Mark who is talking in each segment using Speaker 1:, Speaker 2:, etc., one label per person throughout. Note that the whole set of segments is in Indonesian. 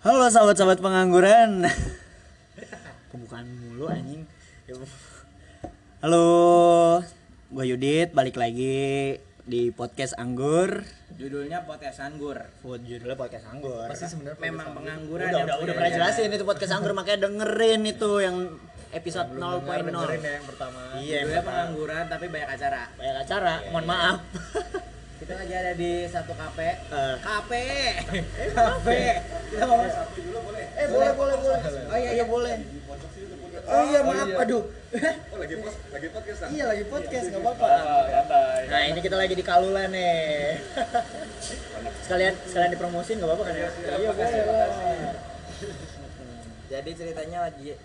Speaker 1: Halo sahabat-sahabat pengangguran. Pembukaan mulu anjing. Ya, Bu. Halo, gue Yudit balik lagi di podcast Anggur.
Speaker 2: Judulnya podcast anggur.
Speaker 1: Oh, judulnya podcast Anggur.
Speaker 2: Memang
Speaker 1: udah
Speaker 2: pengangguran.
Speaker 1: udah
Speaker 2: yang punya ya. Iya,
Speaker 1: udah pernah
Speaker 2: jalan.
Speaker 1: jelasin itu podcast Anggur makanya dengerin itu yang episode 0.0.
Speaker 3: yang pertama
Speaker 1: Iya, yang
Speaker 2: Judulnya
Speaker 1: pertama.
Speaker 2: pengangguran tapi banyak acara.
Speaker 1: banyak acara. Mohon maaf.
Speaker 2: Kita lagi ada di satu kafe.
Speaker 1: Eh.
Speaker 2: Kafe. Kafe. Kita mau
Speaker 1: Eh, Ya, boleh boleh boleh.
Speaker 2: Oh iya iya boleh.
Speaker 1: Oh iya, maaf. Aduh.
Speaker 3: lagi podcast
Speaker 1: Iya, lagi podcast nggak apa-apa. Nah ini kita lagi di Kalula nih. sekalian sekalian dipromosin nggak apa-apa kan ya? Iya boleh lah.
Speaker 2: Jadi ceritanya lagi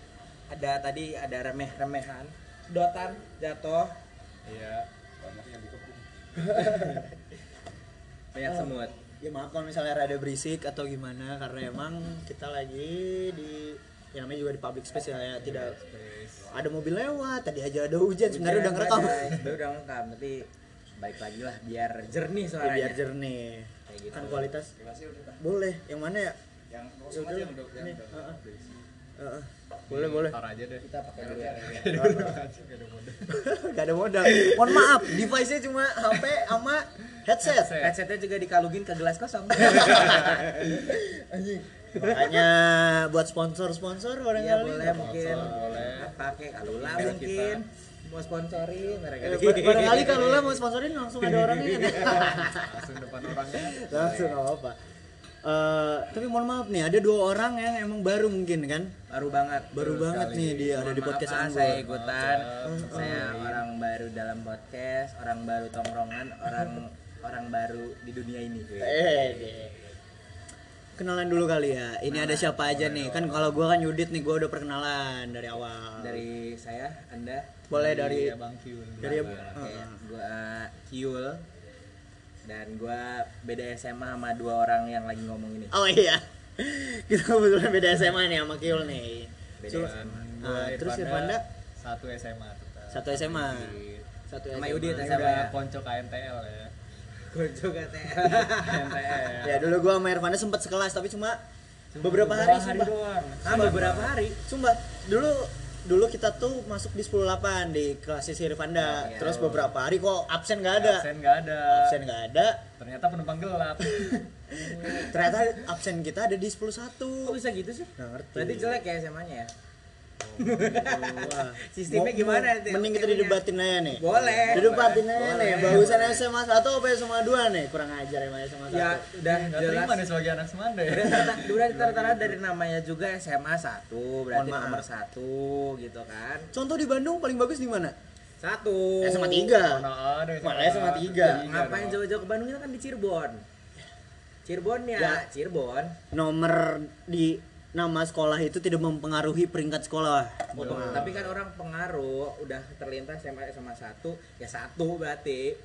Speaker 2: ada tadi ada remeh-remehan. Dotan jatuh.
Speaker 3: iya banyak yang dikepung
Speaker 2: Banyak semut.
Speaker 1: Ya maaf kalau misalnya rada berisik atau gimana karena emang kita lagi di ya namanya juga di public space ya, ya, tidak ada mobil lewat tadi aja ada hujan sebenarnya udah ngerekam
Speaker 2: Sebenarnya udah ngerekam tapi baik lagi lah Iya, biar jernih
Speaker 1: ya,
Speaker 2: suaranya.
Speaker 1: biar jernih kan kualitas boleh yang mana ya
Speaker 3: yang
Speaker 1: Ya udah,
Speaker 3: yang udah
Speaker 1: ini,
Speaker 3: yang udah
Speaker 1: uh-uh. Uh-uh. boleh boleh
Speaker 3: tar aja deh
Speaker 2: Kita pakai dulu ya.
Speaker 1: gak ada modal mohon maaf device nya cuma HP sama headset
Speaker 2: Headsetnya juga dikalungin ke gelas kosong.
Speaker 1: Makanya buat sponsor-sponsor barangkali.
Speaker 2: Iya boleh Iya,
Speaker 1: Nggak
Speaker 2: mungkin
Speaker 1: apa-apa.
Speaker 2: pakai kalula
Speaker 3: Merek
Speaker 2: mungkin mau sponsorin mereka
Speaker 1: Eh, bar- barangkali kalau lo mau sponsorin langsung ada orangnya kan.
Speaker 3: langsung depan orangnya
Speaker 1: langsung nggak apa-apa. Eh, tapi mohon maaf nih, ada dua orang yang emang baru mungkin kan.
Speaker 2: baru banget
Speaker 1: Baru banget nih dia ada di
Speaker 2: Mohon
Speaker 1: podcast
Speaker 2: maaf, ah,
Speaker 1: Anggur.
Speaker 2: saya ikutan saya orang baru dalam podcast orang baru tongkrongan orang orang baru di dunia ini
Speaker 1: Eh, deh. Kenalan dulu kali ya. Ini ada siapa aja nih? Kan kalau gua kan Yudit nih, gua udah perkenalan dari awal.
Speaker 2: dari saya anda
Speaker 1: boleh dari
Speaker 3: bang Kiul
Speaker 1: dari
Speaker 2: Oke,
Speaker 1: eh,
Speaker 2: gua Kiul dan gua beda SMA sama dua orang yang lagi ngomong ini
Speaker 1: Oh iya. Kita kebetulan beda SMA nih sama Kiul nih.
Speaker 2: beda
Speaker 1: Cuma-
Speaker 2: SMA.
Speaker 1: Ah, terus Irvanda
Speaker 3: satu SMA tetap
Speaker 1: satu SMA. Satu
Speaker 2: Sama
Speaker 1: SMA.
Speaker 2: Yudit
Speaker 3: Ini
Speaker 2: SMA.
Speaker 3: udah konco KMTL ya
Speaker 2: Gua juga
Speaker 3: KMTL
Speaker 1: Ya dulu gua sama Irvanda sempat sekelas tapi cuma beberapa hari sumpah.
Speaker 3: doang
Speaker 2: ah beberapa hari
Speaker 1: Sumpah, dulu dulu kita tuh masuk di 108 di kelas si Irvanda.
Speaker 2: Iya.
Speaker 1: Terus beberapa hari kok absen nggak ada.
Speaker 3: absen nggak ada
Speaker 1: Absen nggak ada.
Speaker 3: ternyata penumpang gelap
Speaker 1: Ternyata absen kita ada di 101.
Speaker 2: kok bisa gitu sih
Speaker 1: Nggak ngerti.
Speaker 2: Berarti jelek ya SMA-nya ya?
Speaker 1: Wah.
Speaker 2: Sistemnya
Speaker 1: Mau-
Speaker 2: gimana
Speaker 1: mau-
Speaker 2: nanti?
Speaker 1: Mending kita
Speaker 2: Sistemnya?
Speaker 1: didebatin aja nih.
Speaker 2: Boleh.
Speaker 1: Didebatin aja
Speaker 2: Boleh.
Speaker 1: nih. Bagusan SMA 1 apa SMA 2 nih? Kurang ajar emang SMA 1.
Speaker 2: Ya udah
Speaker 3: nggak
Speaker 2: jelas.
Speaker 3: terima nih sebagai anak semanda ya
Speaker 2: Udah tertera- Udah tertera dari namanya juga SMA 1, berarti
Speaker 1: Mohon maaf.
Speaker 2: nomor 1 gitu kan.
Speaker 1: Contoh di Bandung paling bagus di mana?
Speaker 2: 1.
Speaker 1: SMA 3.
Speaker 2: Oh,
Speaker 3: mana
Speaker 2: nah,
Speaker 3: ada
Speaker 1: Malah SMA tiga.
Speaker 2: Ngapain jauh-jauh ke Bandung kita kan di Cirebon. Cirebon ya,
Speaker 1: Ya.
Speaker 2: Cirebon.
Speaker 1: Nomor di nama sekolah itu tidak mempengaruhi peringkat sekolah.
Speaker 2: Otom- Tapi kan orang pengaruh udah terlintas SMA SMA 1, ya 1 berarti.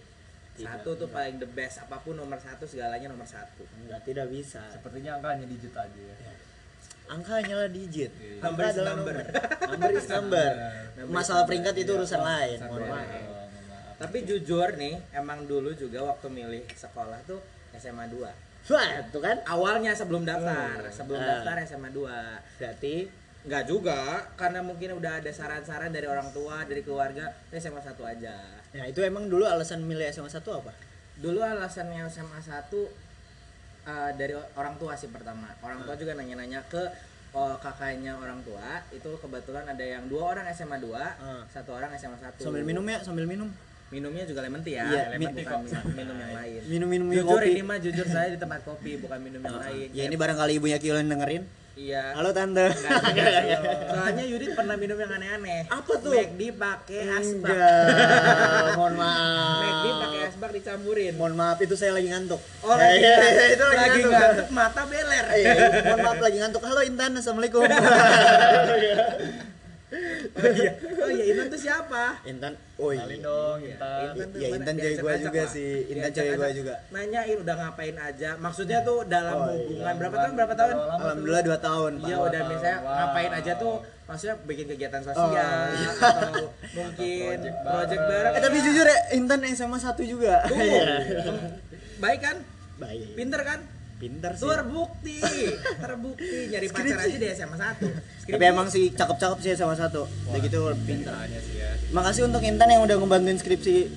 Speaker 2: Satu tuh paling the best apapun nomor satu segalanya nomor satu.
Speaker 1: Enggak, tidak bisa.
Speaker 3: sepertinya angka hanya digit aja ya
Speaker 1: Angka hanyalah digit.
Speaker 3: Iya.
Speaker 1: Angka
Speaker 2: Number is
Speaker 1: adalah
Speaker 2: number.
Speaker 1: nomor. Number is number.
Speaker 2: Number Iya, is
Speaker 1: Masalah
Speaker 2: number.
Speaker 1: peringkat itu urusan lain.
Speaker 3: Iya, Satu
Speaker 1: Mohon
Speaker 3: ya.
Speaker 1: maaf.
Speaker 3: Oh, mohon maaf.
Speaker 2: Tapi jujur nih, emang dulu juga waktu milih sekolah tuh SMA 2.
Speaker 1: Wah, itu kan.
Speaker 2: Awalnya sebelum daftar,
Speaker 3: Hmm.
Speaker 2: sebelum
Speaker 1: Ah.
Speaker 2: daftar SMA 2.
Speaker 1: Berarti
Speaker 2: Enggak juga, karena mungkin udah ada saran-saran dari orang tua, dari keluarga, "Lu SMA 1 aja.
Speaker 1: Nah, itu emang dulu alasan milih SMA 1 apa?
Speaker 2: Dulu alasannya SMA 1 eh, dari o- orang tua sih pertama. Orang tua juga nanya-nanya ke eh, kakaknya orang tua, itu kebetulan ada yang dua orang SMA 2,
Speaker 1: Ah.
Speaker 2: satu orang SMA 1.
Speaker 1: Sambil minum ya, sambil minum.
Speaker 2: Minumnya juga lemon tea ya,
Speaker 1: Iya,
Speaker 2: lemon
Speaker 1: mi-
Speaker 2: tea bukan minum, minum yang lain.
Speaker 1: Minum-minum yang
Speaker 2: jujur
Speaker 1: kopi.
Speaker 2: ini mah jujur saya di tempat kopi bukan minum yang lain
Speaker 1: Ya ini barangkali ibunya Kiulan dengerin.
Speaker 2: iya
Speaker 1: Halo tante.
Speaker 2: soalnya Yudit pernah minum yang aneh-aneh
Speaker 1: Apa tuh?
Speaker 2: McD pakai asbak
Speaker 1: Enggak, mohon
Speaker 2: McD
Speaker 1: maaf.
Speaker 2: pakai asbak dicampurin
Speaker 1: Mohon maaf itu saya lagi ngantuk.
Speaker 2: oh lagi
Speaker 1: Ya, ya,
Speaker 2: ngantuk.
Speaker 1: Iya, itu lagi,
Speaker 2: lagi
Speaker 1: ngantuk.
Speaker 2: ngantuk mata beler
Speaker 1: Iya, mohon maaf lagi ngantuk. Halo Intan, assalamualaikum.
Speaker 2: iya. oh iya oh iya Intan tuh siapa
Speaker 1: Intan, oi.
Speaker 3: Salin dong, Intan.
Speaker 2: tuh
Speaker 1: Iya,
Speaker 2: mana-
Speaker 1: Intan cewek gua
Speaker 2: diajak-ajak
Speaker 1: juga
Speaker 2: lah.
Speaker 1: sih. Intan
Speaker 2: Diajak-ajak.
Speaker 1: cewek gua juga.
Speaker 2: nanyain udah ngapain aja maksudnya tuh dalam
Speaker 1: Oh, iya.
Speaker 2: hubungan berapa tahun berapa tahun
Speaker 3: Lama tuh.
Speaker 1: Alhamdulillah 2 tahun, Pak.
Speaker 2: Iya udah
Speaker 3: tahun,
Speaker 2: misalnya
Speaker 3: wow.
Speaker 2: ngapain aja tuh maksudnya bikin kegiatan sosial
Speaker 1: Oh, iya.
Speaker 2: atau mungkin
Speaker 3: Atau project
Speaker 2: project
Speaker 3: bareng.
Speaker 2: bareng.
Speaker 1: Eh tapi jujur ya, Intan SMA 1 juga.
Speaker 2: Tuh.
Speaker 1: Iya.
Speaker 2: Oh, iya. baik kan?
Speaker 1: baik
Speaker 2: Pinter kan?
Speaker 1: pinter sih
Speaker 2: Terbukti, terbukti nyari
Speaker 1: Skripsi.
Speaker 2: pacar aja di SMA 1
Speaker 1: tapi emang sih cakep-cakep sih sama satu udah gitu pinter
Speaker 3: Caranya sih ya.
Speaker 1: makasih untuk Intan yang udah ngebantuin skripsi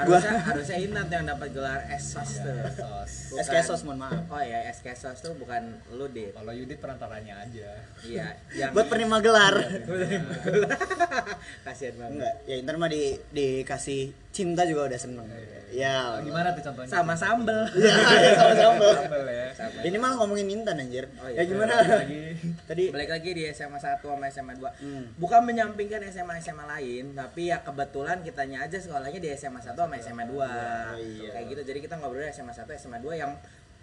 Speaker 2: harusnya harusnya Intan tuh yang dapat gelar esos tuh.
Speaker 3: Sos.
Speaker 2: Bukan-
Speaker 1: Eskesos, mohon maaf.
Speaker 2: Oh ya, Eskesos tuh bukan lu deh.
Speaker 3: Kalau Yudit perantaranya aja.
Speaker 2: Iya, yang
Speaker 1: buat penerima gelar
Speaker 2: kasihan banget.
Speaker 1: enggak ya Intan mah di dikasih cinta juga udah seneng ya
Speaker 3: Oh, gimana tuh contohnya?
Speaker 2: Sama sambel.
Speaker 1: ya ya, sama-sama
Speaker 3: Sambel ya.
Speaker 2: Sama.
Speaker 1: ini malah ngomongin Intan anjir
Speaker 2: Oh,
Speaker 1: ya
Speaker 2: iya.
Speaker 1: gimana
Speaker 3: Lagi.
Speaker 1: tadi
Speaker 2: Balik lagi di SMA 1 sama SMA 2
Speaker 1: Hmm.
Speaker 2: Bukan menyampingkan SMA-SMA lain Tapi ya kebetulan kitanya aja sekolahnya di SMA 1 sama SMA 2
Speaker 1: iya.
Speaker 2: Kayak gitu, jadi kita ngobrol SMA 1, SMA 2 yang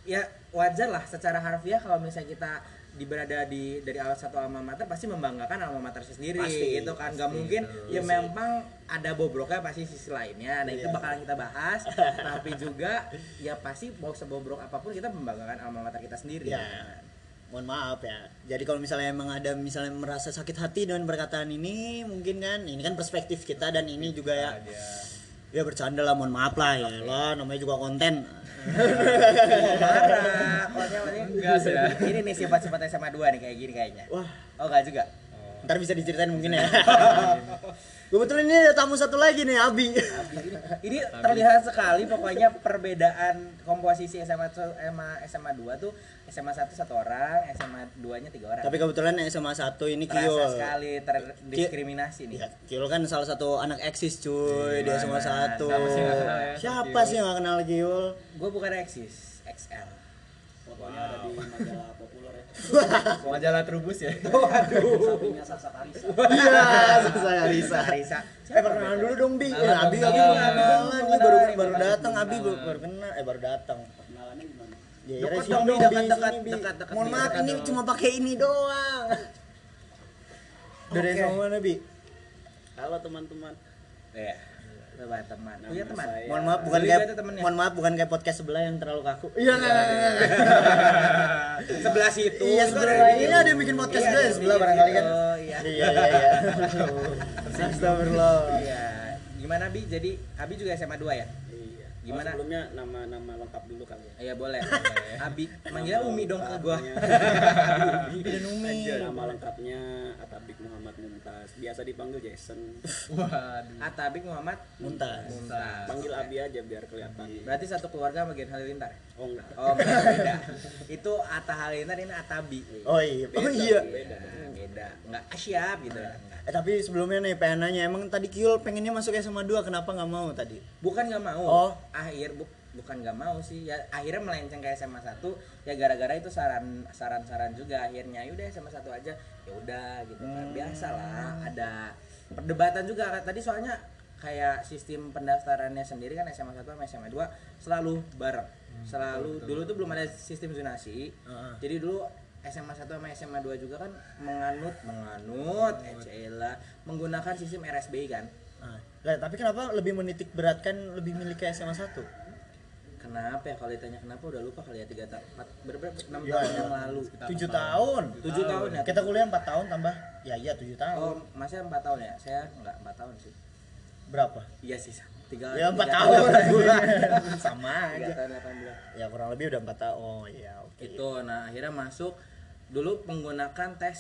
Speaker 2: Ya wajar lah secara harfiah kalau misalnya kita diberada di dari alat satu alma mater pasti membanggakan alma mater sendiri
Speaker 1: Pasti,
Speaker 2: gitu kan nggak mungkin ya memang ada bobroknya pasti sisi lainnya nah itu
Speaker 1: Iya.
Speaker 2: bakalan kita bahas tapi juga ya pasti mau sebobrok apapun kita membanggakan alma mater kita sendiri Nah,
Speaker 1: ya mohon maaf ya jadi kalau misalnya emang ada misalnya merasa sakit hati dengan perkataan ini mungkin kan ini kan perspektif kita dan ini juga ya
Speaker 3: Aja.
Speaker 1: ya bercanda lah mohon maaf lah ya lah namanya juga konten
Speaker 2: marah Pokoknya pokoknya-
Speaker 3: Enggak sih, ya.
Speaker 2: ini nih sifat-sifat SMA 2 nih kayak gini kayaknya
Speaker 1: wah
Speaker 2: oh enggak juga
Speaker 3: Oh.
Speaker 1: ntar bisa diceritain mungkin ya kebetulan ini ada tamu satu lagi nih Abi
Speaker 2: ini terlihat sekali pokoknya perbedaan komposisi SMA tu- SMA SMA 2 tuh SMA 1 satu orang SMA 2 nya tiga orang
Speaker 1: tapi kebetulan SMA 1 ini Kiyo
Speaker 2: terasa sekali terdiskriminasi nih
Speaker 1: ya, Kiyo kan salah satu anak eksis cuy dia SMA
Speaker 2: Gimana?
Speaker 1: 1
Speaker 3: Siapa sih yang nggak kenal ya?
Speaker 1: siapa sih yang gak kenal Kiyo
Speaker 2: gue bukan eksis XL
Speaker 4: Fotonya ada di majalah populer ya.
Speaker 3: eh, Majalah Trubus ya.
Speaker 1: Oh.
Speaker 4: Sampingnya Sasa Karisa.
Speaker 1: iya saya Risa
Speaker 2: Risa
Speaker 1: Eh perkenalan dulu dong Bi.
Speaker 3: Kenalan,
Speaker 1: Ya, Abi Abi
Speaker 3: kenalan.
Speaker 1: belum kenalan nih baru
Speaker 2: Kenalan,
Speaker 1: baru
Speaker 2: kenalan.
Speaker 1: datang Abi baru baru kenal eh baru datang.
Speaker 4: Kenalannya gimana?
Speaker 1: Ya,
Speaker 2: Dekat
Speaker 1: resi
Speaker 2: dong, Bi,
Speaker 1: Bi,
Speaker 2: dekat,
Speaker 1: sini,
Speaker 2: dekat,
Speaker 1: Bi.
Speaker 2: dekat, dekat,
Speaker 1: Mohon
Speaker 2: Bi,
Speaker 1: maaf
Speaker 2: dekat
Speaker 1: ini
Speaker 2: dong.
Speaker 1: cuma pakai ini doang. Dari
Speaker 2: Oke.
Speaker 1: sama mana Bi?
Speaker 4: Halo teman-teman.
Speaker 2: ya Coba teman
Speaker 4: Nama
Speaker 2: punya teman
Speaker 4: saya-
Speaker 1: Mohon maaf
Speaker 2: Lu
Speaker 1: bukan
Speaker 2: juga
Speaker 1: kayak
Speaker 2: ada temennya.
Speaker 1: mohon maaf bukan kayak podcast sebelah yang terlalu kaku. Iya enggak.
Speaker 2: sebelah situ
Speaker 1: Iya
Speaker 2: itu
Speaker 1: sebelah
Speaker 2: ada
Speaker 1: ini
Speaker 2: yang-
Speaker 1: ada yang bikin podcast
Speaker 2: Iya,
Speaker 1: sebelah ya,
Speaker 2: ada yang
Speaker 1: sebelah
Speaker 2: bikin
Speaker 1: barangkali kan.
Speaker 2: gitu, iya
Speaker 1: Iya iya iya. Astagfirullah.
Speaker 2: Iya. Gimana Bi? Jadi Abi juga SMA 2 ya?
Speaker 4: Iya. Oh,
Speaker 2: Gimana?
Speaker 4: sebelumnya nama-nama lengkap dulu kali ya.
Speaker 2: Iya boleh. Abi manggilnya Umi dong ke gua.
Speaker 4: Artinya-
Speaker 1: Bi dan Umi.
Speaker 4: Nama lengkapnya Atabik Muhammad Mumtaz. Biasa dipanggil Jason.
Speaker 3: Waduh.
Speaker 2: Atabik Muhammad
Speaker 1: Muntas.
Speaker 2: Muntas.
Speaker 4: Panggil Abi aja biar kelihatan.
Speaker 2: Berarti satu keluarga bagian Halilintar. ya?
Speaker 4: Oh enggak.
Speaker 2: Oh, beda. beda. Itu Atta Halilintar ini Atabi.
Speaker 1: Oh iya. Oh iya.
Speaker 2: Beda. Beda. Enggak siap gitu ya. Nggak.
Speaker 1: Eh tapi sebelumnya nih pengen nanya emang tadi Kiul pengennya masuk SMA 2 kenapa nggak mau tadi?
Speaker 2: Bukan nggak mau.
Speaker 1: Oh.
Speaker 2: Akhir bu- bukan nggak mau sih. Ya akhirnya melenceng ke SMA 1 ya gara-gara itu saran saran-saran juga akhirnya yaudah SMA 1 aja. Ya udah gitu
Speaker 1: Hmm.
Speaker 2: kan. Biasalah ada perdebatan juga tadi soalnya kayak sistem pendaftarannya sendiri kan SMA 1 sama SMA 2 selalu bareng. Selalu dulu tuh belum ada sistem zonasi.
Speaker 1: Hmm, Heeh.
Speaker 2: Jadi dulu SMA 1 sama SMA 2 juga kan menganut menganut eh, Cela menggunakan sistem RSBI kan.
Speaker 1: Ah, lah, tapi kenapa lebih menitik beratkan lebih milih ke SMA 1?
Speaker 2: Kenapa ya kalau ditanya kenapa udah lupa kali ya 3 tahun 4 berapa 6
Speaker 1: Ya,
Speaker 2: tahun
Speaker 1: ya.
Speaker 2: yang lalu.
Speaker 1: 7 tahun.
Speaker 2: 7 tahun ya.
Speaker 1: Kita kuliah 4 tahun tambah ya iya 7 tahun.
Speaker 2: Oh, masnya 4 tahun ya? Saya enggak 4 tahun sih.
Speaker 1: Berapa?
Speaker 2: Iya sih, 3
Speaker 1: Ya 4 tahun. Sama
Speaker 2: 3
Speaker 1: aja.
Speaker 2: Iya. tahun 8 bulan.
Speaker 1: Ya kurang lebih udah 4 tahun. Oh iya oke.
Speaker 2: Itu nah akhirnya masuk dulu menggunakan tes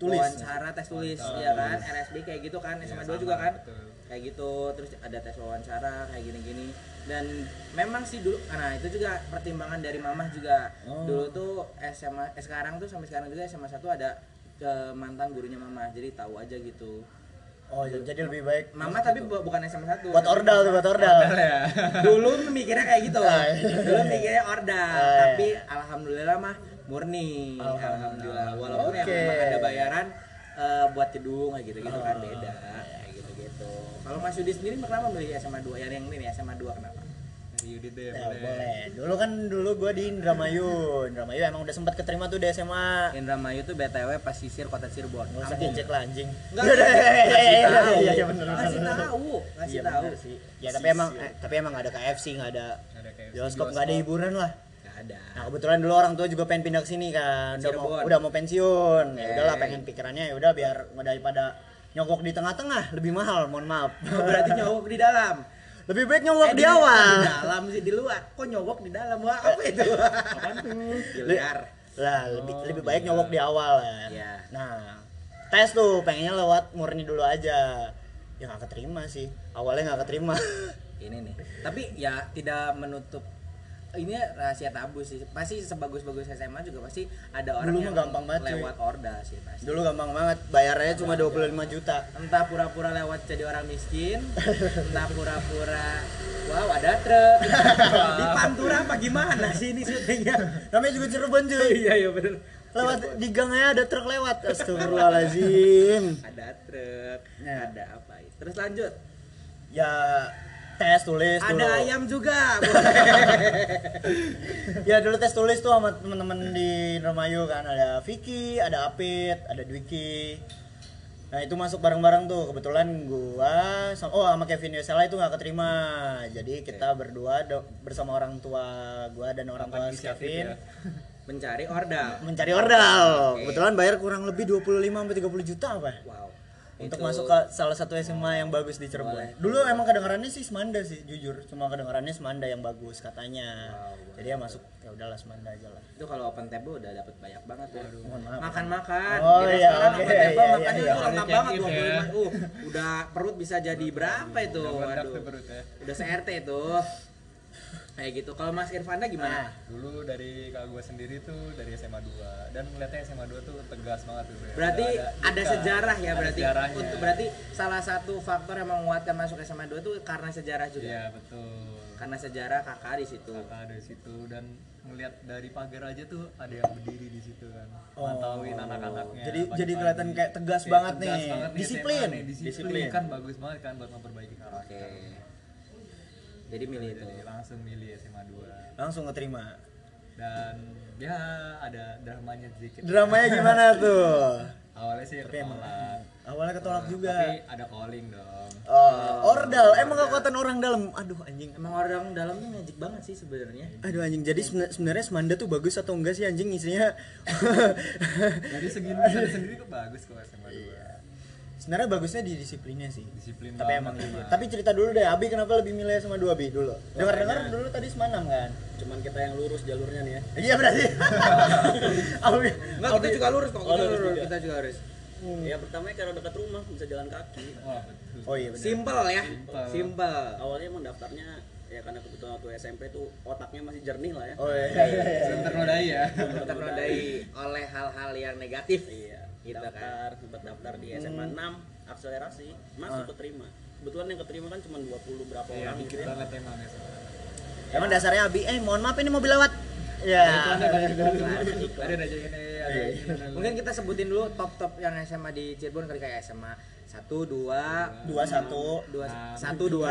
Speaker 1: Tulis. Iya,
Speaker 2: wawancara tes tulis ya kan RSB kayak gitu kan SMA 2 juga kan
Speaker 3: betul.
Speaker 2: kayak gitu terus ada tes wawancara kayak gini-gini dan memang sih dulu nah itu juga pertimbangan dari mamah juga
Speaker 1: Oh.
Speaker 2: dulu tuh SMA eh, sekarang tuh sampai sekarang juga SMA 1 ada ke mantan gurunya mamah jadi tahu aja gitu
Speaker 1: Oh ya, jadi lebih baik
Speaker 2: Mama tapi bu- bukan SMA 1
Speaker 1: gitu. buat ordal tuh buat ordal.
Speaker 3: Ya.
Speaker 2: dulu mikirnya kayak gitu
Speaker 1: Ah,
Speaker 2: dulu mikirnya ordal
Speaker 1: Ah, iya.
Speaker 2: tapi alhamdulillah mah murni
Speaker 1: Alhamdulillah.
Speaker 2: alhamdulillah, walaupun
Speaker 1: Oke.
Speaker 2: ya memang ada bayaran eh, buat gedung kayak gitu gitu kan beda kayak gitu gitu kalau Mas Yudi sendiri kenapa milih SMA 2 yang yang ini nih, SMA 2 kenapa
Speaker 3: Dari Yudit deh
Speaker 1: Ya,
Speaker 3: boleh.
Speaker 1: boleh. Dulu kan dulu gue di Indramayu. Indramayu emang udah sempat keterima tuh di SMA.
Speaker 2: Indramayu tuh BTW pesisir kota Cirebon
Speaker 1: Nggak usah dicek lah anjing.
Speaker 2: Nggak,
Speaker 1: Udah,
Speaker 2: nggak,
Speaker 1: udah,
Speaker 2: ngasih
Speaker 1: iya, iya,
Speaker 2: tahu.
Speaker 1: iya, iya, bener,
Speaker 2: Ngasih
Speaker 1: bener.
Speaker 2: tahu, ngasih
Speaker 1: Iya,
Speaker 2: tahu.
Speaker 1: bener sih. Ya tapi emang eh, tapi emang nggak ada KFC, nggak ada
Speaker 3: Nggak ada KFC,
Speaker 1: bioskop, nggak ada
Speaker 3: bioskop.
Speaker 1: hiburan lah.
Speaker 2: Nggak ada
Speaker 1: Nah kebetulan dulu orang tua juga pengen pindah ke sini kan, udah mau
Speaker 2: Cirebon.
Speaker 1: udah mau pensiun, ya
Speaker 2: Oke.
Speaker 1: udahlah pengen pikirannya ya udah biar daripada nyogok di tengah-tengah lebih mahal, mohon maaf.
Speaker 2: berarti nyogok di dalam
Speaker 1: Lebih baik nyogok
Speaker 2: Oh, Eh,
Speaker 1: di awal.
Speaker 2: di dalam sih di luar kok nyogok di dalam wah apa itu biliar
Speaker 1: Lah, lebih lebih baik nyogok di awal kan.
Speaker 2: Oh, Iya.
Speaker 1: Nah, tes tuh pengennya lewat murni dulu aja. Ya nggak keterima sih. Awalnya nggak keterima.
Speaker 2: ini nih tapi ya tidak menutup ini rahasia tabu sih pasti sebagus-bagus SMA juga pasti ada orang
Speaker 1: Dulu mah
Speaker 2: yang
Speaker 1: gampang banget, cuy.
Speaker 2: lewat orda sih pasti
Speaker 1: dulu gampang banget, bayarnya cuma 25 juta.
Speaker 2: entah pura-pura lewat jadi orang miskin entah pura-pura wow ada truk di pantura apa gimana sih ini syutingnya
Speaker 1: Namanya juga Cirebon cuy.
Speaker 2: iya iya bener
Speaker 1: Lewat di gangnya ada truk lewat. Astagfirullahalazim.
Speaker 2: ada truk
Speaker 1: Nah.
Speaker 2: ada apa terus lanjut
Speaker 1: Ya tes tulis
Speaker 2: ada
Speaker 1: dulu.
Speaker 2: ayam juga
Speaker 1: Ya dulu tes tulis tuh sama temen-temen di Remayu kan ada Vicky, ada Apit, ada Dwiki. Nah itu masuk bareng-bareng tuh kebetulan gua sama, oh sama Kevin Yosela itu nggak keterima. Jadi kita berdua do- bersama orang tua gua dan orang tua si Kevin
Speaker 2: ya. mencari ordal
Speaker 1: mencari ordal. Kebetulan bayar kurang lebih 25 sampai 30 juta apa? ya?
Speaker 2: wow
Speaker 1: Untuk
Speaker 2: Itu
Speaker 1: masuk ke salah satu SMA yang bagus di Cirebon.
Speaker 2: Boleh.
Speaker 1: Dulu emang kedengarannya sih Semanda sih, jujur. Cuma kedengarannya Semanda yang bagus katanya.
Speaker 2: Wow,
Speaker 1: Jadi ya masuk ya udahlah Semanda aja lah.
Speaker 2: itu kalau open table udah dapat banyak banget ya.
Speaker 1: mohon maaf.
Speaker 2: Makan-makan
Speaker 1: Oh,
Speaker 2: di
Speaker 1: iya,
Speaker 2: restoran
Speaker 1: oke,
Speaker 2: open table
Speaker 1: iya,
Speaker 2: makannya
Speaker 1: iya, iya.
Speaker 2: lengkap
Speaker 3: Banyak
Speaker 2: banget
Speaker 3: yang
Speaker 2: 25.
Speaker 3: ini ya.
Speaker 2: Uh, udah perut bisa jadi berapa itu?
Speaker 3: Udah meledak
Speaker 2: Waduh.
Speaker 3: tuh ya. perutnya.
Speaker 2: Udah CRT itu. Kayak gitu. Kalau Mas Irfanda
Speaker 1: Nah,
Speaker 2: gimana?
Speaker 3: dulu dari kakak gue sendiri tuh dari SMA 2 dan ngeliatnya SMA 2 tuh tegas banget dulu ya.
Speaker 2: Berarti
Speaker 3: Udah
Speaker 2: ada,
Speaker 3: nikah,
Speaker 2: sejarah ya
Speaker 3: ada
Speaker 2: berarti.
Speaker 3: sejarahnya.
Speaker 2: Untuk berarti salah satu faktor yang menguatkan masuk SMA 2 itu karena sejarah juga.
Speaker 3: Iya betul.
Speaker 2: Karena sejarah kakak di situ.
Speaker 3: Kakak dari situ dan ngeliat dari pagar aja tuh ada yang berdiri di situ kan. Mantauin anak-anaknya.
Speaker 1: Oh. Jadi-
Speaker 3: pagi-pagi.
Speaker 1: jadi kelihatan kayak tegas banget nih. Disiplin.
Speaker 3: SMA nih, Disiplin.
Speaker 1: Disiplin.
Speaker 3: kan bagus banget kan buat memperbaiki karakter.
Speaker 2: Oke. Jadi milih
Speaker 1: Iya,
Speaker 2: itu.
Speaker 3: Jadi langsung milih SMA 2
Speaker 1: langsung keterima.
Speaker 3: dan ya ada dramanya sedikit.
Speaker 1: Dramanya gimana tuh?
Speaker 3: Awalnya sih
Speaker 1: Tapi emang
Speaker 3: ketolak.
Speaker 1: awalnya ketolak
Speaker 2: Nah,
Speaker 1: juga.
Speaker 3: Tapi ada calling dong.
Speaker 1: Oh, ordal emang kekuatan orang dalam. Aduh anjing.
Speaker 2: Emang orang dalam tuh magic banget sih sebenarnya.
Speaker 1: Aduh anjing.
Speaker 2: Iya.
Speaker 1: Jadi seben- sebenarnya Semanda tuh bagus atau enggak sih anjing isinya?
Speaker 3: Jadi
Speaker 1: Oh,
Speaker 3: segini
Speaker 1: iya.
Speaker 3: dari sendiri kok bagus kok SMA 2.
Speaker 1: sebenarnya bagusnya di disiplinnya sih.
Speaker 3: Disiplin
Speaker 1: Tapi
Speaker 3: banget
Speaker 1: emang
Speaker 3: emang.
Speaker 1: Tapi cerita dulu deh Abi kenapa lebih milih sama dua Abi dulu. Dengar-dengar dulu tadi semanam kan.
Speaker 4: Cuman kita yang lurus jalurnya nih ya.
Speaker 1: Iya berarti. Abi. Hmm.
Speaker 2: Enggak, kita juga lurus kok. Kita,
Speaker 4: Oh, lurus
Speaker 2: lurus,
Speaker 4: juga.
Speaker 2: kita juga lurus.
Speaker 4: Ya pertamanya karena dekat rumah bisa jalan kaki.
Speaker 3: Wah, betul.
Speaker 1: Oh iya benar.
Speaker 2: Simple ya.
Speaker 3: Simple.
Speaker 2: Simple.
Speaker 4: Awalnya emang daftarnya ya karena kebetulan waktu SMP tuh otaknya masih jernih lah ya.
Speaker 1: Oh iya. iya, iya.
Speaker 3: Belum ternodai ya.
Speaker 2: Ternodai oleh hal-hal yang negatif.
Speaker 4: Iya,
Speaker 2: Gitu
Speaker 1: kan.
Speaker 4: daftar, sempat daftar di SMA
Speaker 1: Hmm.
Speaker 4: 6 akselerasi,
Speaker 1: Ah.
Speaker 4: masuk keterima. Kebetulan yang keterima kan cuma 20 berapa
Speaker 3: Iya,
Speaker 4: orang gitu
Speaker 3: dikit
Speaker 4: ya.
Speaker 3: banget emang SMA.
Speaker 1: Emang dasarnya Abi, eh mohon maaf ini mobil lewat. Ya.
Speaker 3: Ada
Speaker 1: Iya.
Speaker 3: aja ini, ada
Speaker 2: Mungkin kita sebutin dulu top-top yang SMA di Cirebon kali kayak SMA 1 2
Speaker 1: Dua satu.
Speaker 2: 2 1 2